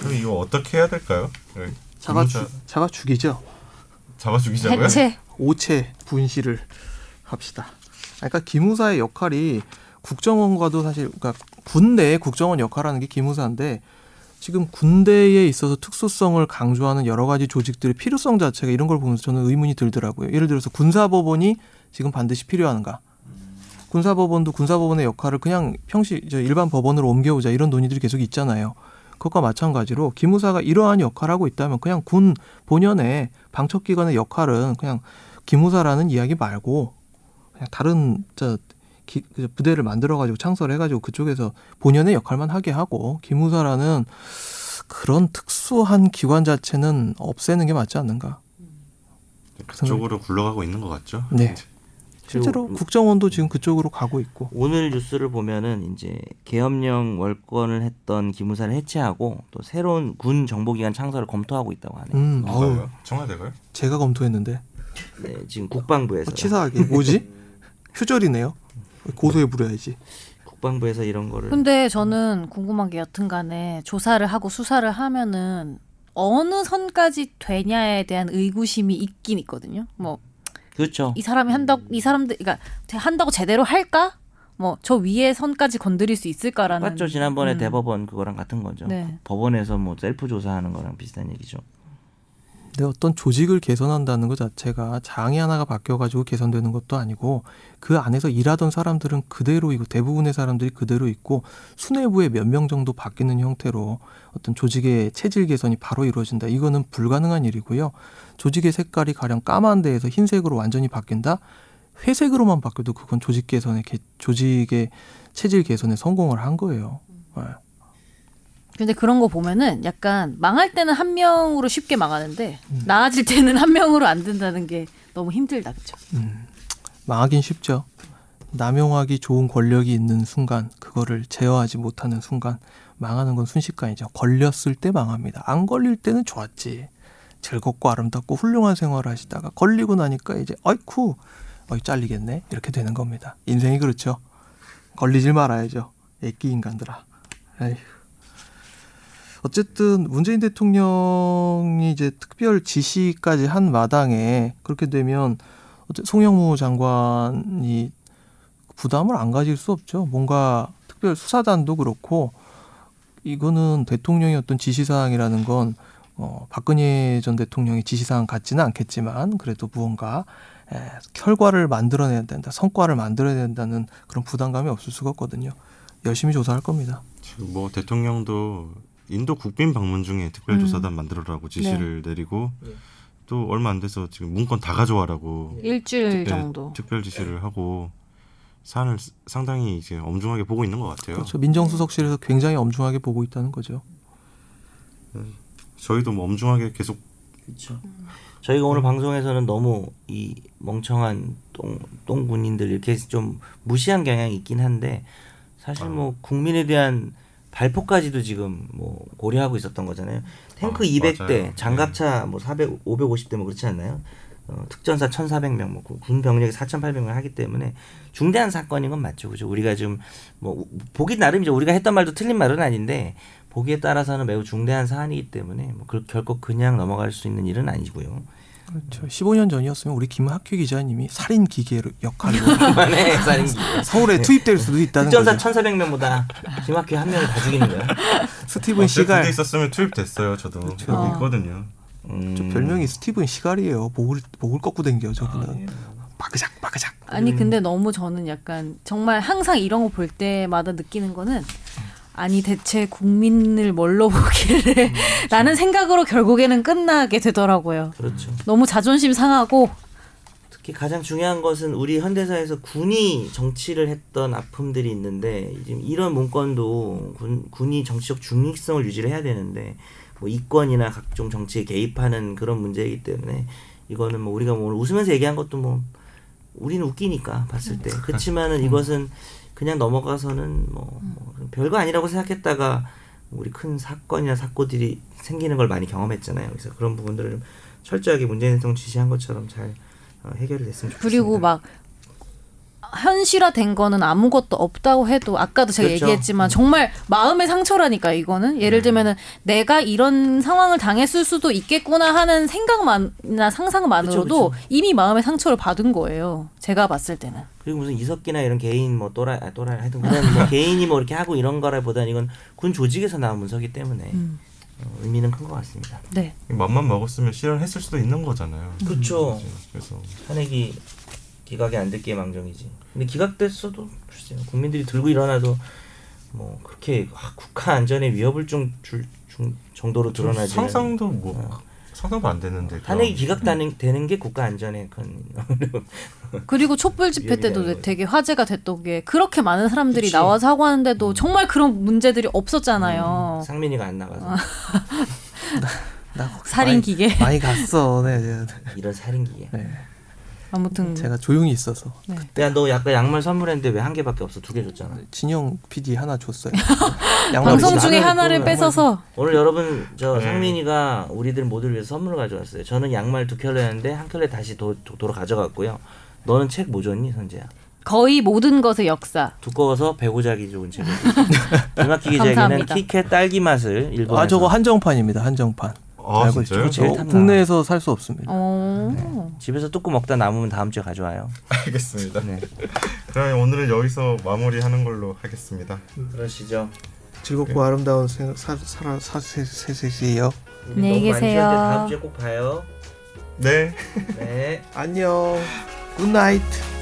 Speaker 1: 그럼 이거 어떻게 해야 될까요? 네.
Speaker 4: 잡아
Speaker 1: 진짜
Speaker 4: 죽 잡아 죽이죠.
Speaker 1: 잡아 죽이자고요?
Speaker 3: 대체
Speaker 2: 네.
Speaker 4: 오체 분실을 합시다. 그러니까 기무사의 역할이 국정원과도 사실 그러니까 군대의 국정원 역할하는 게 기무사인데 지금 군대에 있어서 특수성을 강조하는 여러 가지 조직들의 필요성 자체가 이런 걸 보면서 저는 의문이 들더라고요. 예를 들어서 군사법원이 지금 반드시 필요한가? 군사법원도 군사법원의 역할을 그냥 평시 저 일반 법원으로 옮겨오자 이런 논의들이 계속 있잖아요. 그것과 마찬가지로 기무사가 이러한 역할을 하고 있다면 그냥 군 본연의 방첩기관의 역할은 그냥 기무사라는 이야기 말고 그냥 다른 저 기- 그 부대를 만들어가지고 창설해가지고 그쪽에서 본연의 역할만 하게 하고 기무사라는 그런 특수한 기관 자체는 없애는 게 맞지 않는가?
Speaker 1: 그쪽으로 굴러가고 있는 것 같죠?
Speaker 4: 네. 실제로
Speaker 2: 실제로
Speaker 4: 국정원도 지금 그쪽으로 가고 있고
Speaker 2: 오늘 뉴스를 보면은 이제 계엄령 월권을 했던 기무사를 해체하고 또 새로운 군 정보기관 창설을 검토하고 있다고 하네요.
Speaker 4: 음, 아우,
Speaker 1: 누가요? 청와대가요?
Speaker 4: 제가 검토했는데
Speaker 2: 네, 지금 국방부에서
Speaker 4: 어, 치사하게 뭐지? 휴절이네요. 고소해 부려야지.
Speaker 2: 국방부에서 이런 거를
Speaker 3: 근데 저는 궁금한 게 여튼간에 조사를 하고 수사를 하면은 어느 선까지 되냐에 대한 의구심이 있긴 있거든요. 뭐 이
Speaker 2: 그렇죠.
Speaker 3: 사람이 한다고 이 사람들 그러니까 한다고 제대로 할까? 뭐 저 위에 선까지 건드릴 수 있을까라는
Speaker 2: 맞죠. 지난번에
Speaker 3: 음.
Speaker 2: 대법원 그거랑 같은 거죠.
Speaker 3: 네.
Speaker 2: 법원에서 뭐 셀프 조사하는 거랑 비슷한 얘기죠.
Speaker 4: 근데 어떤 조직을 개선한다는 것 자체가 장이 하나가 바뀌어가지고 개선되는 것도 아니고 그 안에서 일하던 사람들은 그대로이고 대부분의 사람들이 그대로 있고 수뇌부에 몇 명 정도 바뀌는 형태로 어떤 조직의 체질 개선이 바로 이루어진다. 이거는 불가능한 일이고요. 조직의 색깔이 가령 까만 데에서 흰색으로 완전히 바뀐다. 회색으로만 바뀌어도 그건 조직 개선의 개- 조직의 체질 개선에 성공을 한 거예요. 네.
Speaker 3: 근데 그런 거 보면은 약간 망할 때는 한 명으로 쉽게 망하는데 나아질 때는 한 명으로 안 된다는 게 너무 힘들다 그죠?
Speaker 4: 망하긴 쉽죠. 남용하기 좋은 권력이 있는 순간, 그거를 제어하지 못하는 순간, 망하는 건 순식간이죠. 걸렸을 때 망합니다. 안 걸릴 때는 좋았지. 즐겁고 아름답고 훌륭한 생활을 하시다가 걸리고 나니까 이제 아이쿠, 어이 잘리겠네 이렇게 되는 겁니다. 인생이 그렇죠. 걸리질 말아야죠. 애끼 인간들아. 에휴. 어쨌든 문재인 대통령이 이제 특별 지시까지 한 마당에 그렇게 되면 어째- 송영무 장관이 부담을 안 가질 수 없죠. 뭔가 특별 수사단도 그렇고 이거는 대통령의 어떤 지시사항이라는 건 어, 박근혜 전 대통령의 지시사항 같지는 않겠지만 그래도 무언가 에, 결과를 만들어내야 된다, 성과를 만들어야 된다는 그런 부담감이 없을 수가 없거든요. 열심히 조사할 겁니다.
Speaker 1: 지금 뭐 대통령도 인도 국빈 방문 중에 특별조사단 만들어라고 지시를 내리고 또 얼마 안 돼서 지금 문건 다 가져와라고
Speaker 3: 예. 일주일
Speaker 1: 특별-
Speaker 3: 정도.
Speaker 1: 특별 지시를 하고 사안을 스- 상당히 이제 엄중하게 보고 있는 것 같아요.
Speaker 4: 그렇죠. 민정수석실에서 굉장히 엄중하게 보고 있다는 거죠.
Speaker 1: 저희도 뭐 엄중하게 계속
Speaker 2: 그렇죠. 저희가
Speaker 1: 음.
Speaker 2: 오늘 방송에서는 너무 이 멍청한 똥, 똥군인들 이렇게 좀 무시한 경향이 있긴 한데 사실
Speaker 1: 아.
Speaker 2: 뭐 국민에 대한 발포까지도 지금 뭐 고려하고 있었던 거잖아요. 탱크
Speaker 1: 아,
Speaker 2: 200대,
Speaker 1: 맞아요. 네.
Speaker 2: 장갑차 뭐 400, 550대 뭐 그렇지 않나요? 어, 특전사 1,400명, 뭐 군- 군 병력이 4,800명 하기 때문에 중대한 사건인 건 맞죠, 그죠? 우리가 좀 뭐 보기 나름이죠. 우리가 했던 말도 틀린 말은 아닌데 보기에 따라서는 매우 중대한 사안이기 때문에 뭐 그, 결코 그냥 넘어갈 수 있는 일은 아니고요.
Speaker 4: 그렇죠. 15년 전이었으면 우리 김학휘 기자님이 살인 기계 역할로
Speaker 2: 그만해, 살인
Speaker 4: 서울에 투입될 수도 있다는
Speaker 2: 특전사
Speaker 4: 거죠.
Speaker 2: 1,400명보다 김학규 한 명을 다 죽이는 거야.
Speaker 4: 스티븐 아, 시갈
Speaker 1: 군대 아, 있었으면 투입됐어요. 저도 저도 있거든요.
Speaker 2: 음.
Speaker 4: 저 별명이 스티븐 시갈이에요. 목을 목을 꺾고 댕겨
Speaker 1: 아, 예.
Speaker 4: 저분은 바그작 바그작.
Speaker 3: 아니 근데 너무 저는 약간 정말 항상 이런 거 볼 때마다 느끼는 거는 아니 대체 국민을 뭘로 보길래 라는 생각으로 결국에는 끝나게 되더라고요.
Speaker 2: 그렇죠.
Speaker 3: 너무 자존심 상하고
Speaker 2: 특히 가장 중요한 것은 우리 현대사에서 군이 정치를 했던 아픔들이 있는데 지금 이런 문건도 군, 군이 정치적 중립성을 유지를 해야 되는데 뭐 이권이나 각종 정치에 개입하는 그런 문제이기 때문에 이거는 뭐 우리가 뭐 오늘 웃으면서 얘기한 것도 뭐 우리는 웃기니까 봤을
Speaker 3: 음.
Speaker 2: 때 그렇지만은 이것은 그냥 넘어가서는 뭐, 뭐
Speaker 3: 음.
Speaker 2: 별거 아니라고 생각했다가 우리 큰 사건이나 사고들이 생기는 걸 많이 경험했잖아요. 그래서 그런 부분들을 좀 철저하게 문재인성 지시한 것처럼 잘 어, 해결이 됐으면 좋겠습니다.
Speaker 3: 그리고 막 현실화된 거는 아무것도 없다고 해도 아까도 제가
Speaker 2: 그렇죠. 음.
Speaker 3: 얘기했지만 정말 마음의 상처라니까 이거는 예를 들면은 내가 이런 상황을 당했을 수도 있겠구나 하는 생각만이나 상상만으로도
Speaker 2: 그렇죠,
Speaker 3: 이미 마음의 상처를 받은 거예요. 제가 봤을 때는.
Speaker 2: 그리고 무슨 이석기나 이런 개인 뭐 또라 아, 또라 하여튼 그런 뭐 개인이 뭐 이렇게 하고 이런 거라보다는 이건 군 조직에서 나온 문서기 때문에
Speaker 3: 음.
Speaker 2: 어, 의미는 큰 것 같습니다.
Speaker 3: 네.
Speaker 1: 맘만 먹었으면 실현했을 수도 있는 거잖아요.
Speaker 2: 그렇죠.
Speaker 1: 그래서
Speaker 2: 탄핵이 기각이 안 됐기에 망정이지. 근데 기각됐어도 글쎄요. 국민들이 들고 일어나도 뭐 그렇게 아, 국가 안전에 위협을 좀 줄 정도로 드러나지.
Speaker 1: 상상도 어. 뭐
Speaker 2: 어.
Speaker 1: 상상도 안 되는데
Speaker 2: 탄핵이
Speaker 1: 그런-
Speaker 2: 기각되는 되는 게 국가 안전에 큰
Speaker 3: 그리고 촛불 집회
Speaker 2: 위험이다,
Speaker 3: 때도
Speaker 2: 이거지.
Speaker 3: 되게 화제가 됐던 게 그렇게 많은 사람들이
Speaker 2: 그치.
Speaker 3: 나와서 하고
Speaker 2: 음.
Speaker 3: 하는데도 정말 그런 문제들이 없었잖아요.
Speaker 2: 상민이가 안 나가서
Speaker 4: 나 거기
Speaker 3: 살인 기계.
Speaker 4: 많이, 많이 갔어. 네, 네,
Speaker 2: 이런 살인기계.
Speaker 4: 네.
Speaker 3: 아무튼
Speaker 4: 제가 조용히 있어서
Speaker 2: 내가 너 약간 양말 선물했는데 왜 한 개밖에 없어? 두 개 줬잖아.
Speaker 4: 진영 PD 하나 줬어요.
Speaker 3: 방송
Speaker 2: 나는
Speaker 3: 중에 하나를
Speaker 2: 그거는
Speaker 3: 뺏어서
Speaker 2: 오늘 여러분 저
Speaker 1: 네.
Speaker 2: 상민이가 우리들 모두를 위해서 선물을 가져왔어요. 저는 양말 두 켤레였는데 한 켤레 다시 도, 도, 도로 가져갔고요. 너는 책 뭐 줬니 선재야?
Speaker 3: 거의 모든 것의 역사.
Speaker 2: 두꺼워서 배고자기 좋은 책을 이마키 기자에게는
Speaker 3: 감사합니다.
Speaker 2: 키캣 딸기 맛을 일본에서
Speaker 4: 아 저거 한정판입니다. 한정판.
Speaker 1: 아, 진짜요?
Speaker 4: 있죠.
Speaker 2: 제일
Speaker 4: 어,
Speaker 2: 탐나.
Speaker 4: 국내에서 살 수 없습니다.
Speaker 3: 어.
Speaker 2: 집에서 뚫고 먹다 남으면 다음 주에 가져와요.
Speaker 1: 알겠습니다.
Speaker 2: 네.
Speaker 1: 그럼 오늘은 여기서 마무리하는 걸로 하겠습니다.
Speaker 2: 그러시죠.
Speaker 1: 예.
Speaker 4: 즐겁고 아름다운 생- 사- 살아 사세세세세요.
Speaker 2: 우리
Speaker 3: 안녕히
Speaker 2: 너무 많이
Speaker 3: 계세요.
Speaker 2: 쉬었는데 다음 주에 꼭 봐요.
Speaker 1: 네.
Speaker 2: 네.
Speaker 4: 안녕. 굿나이트.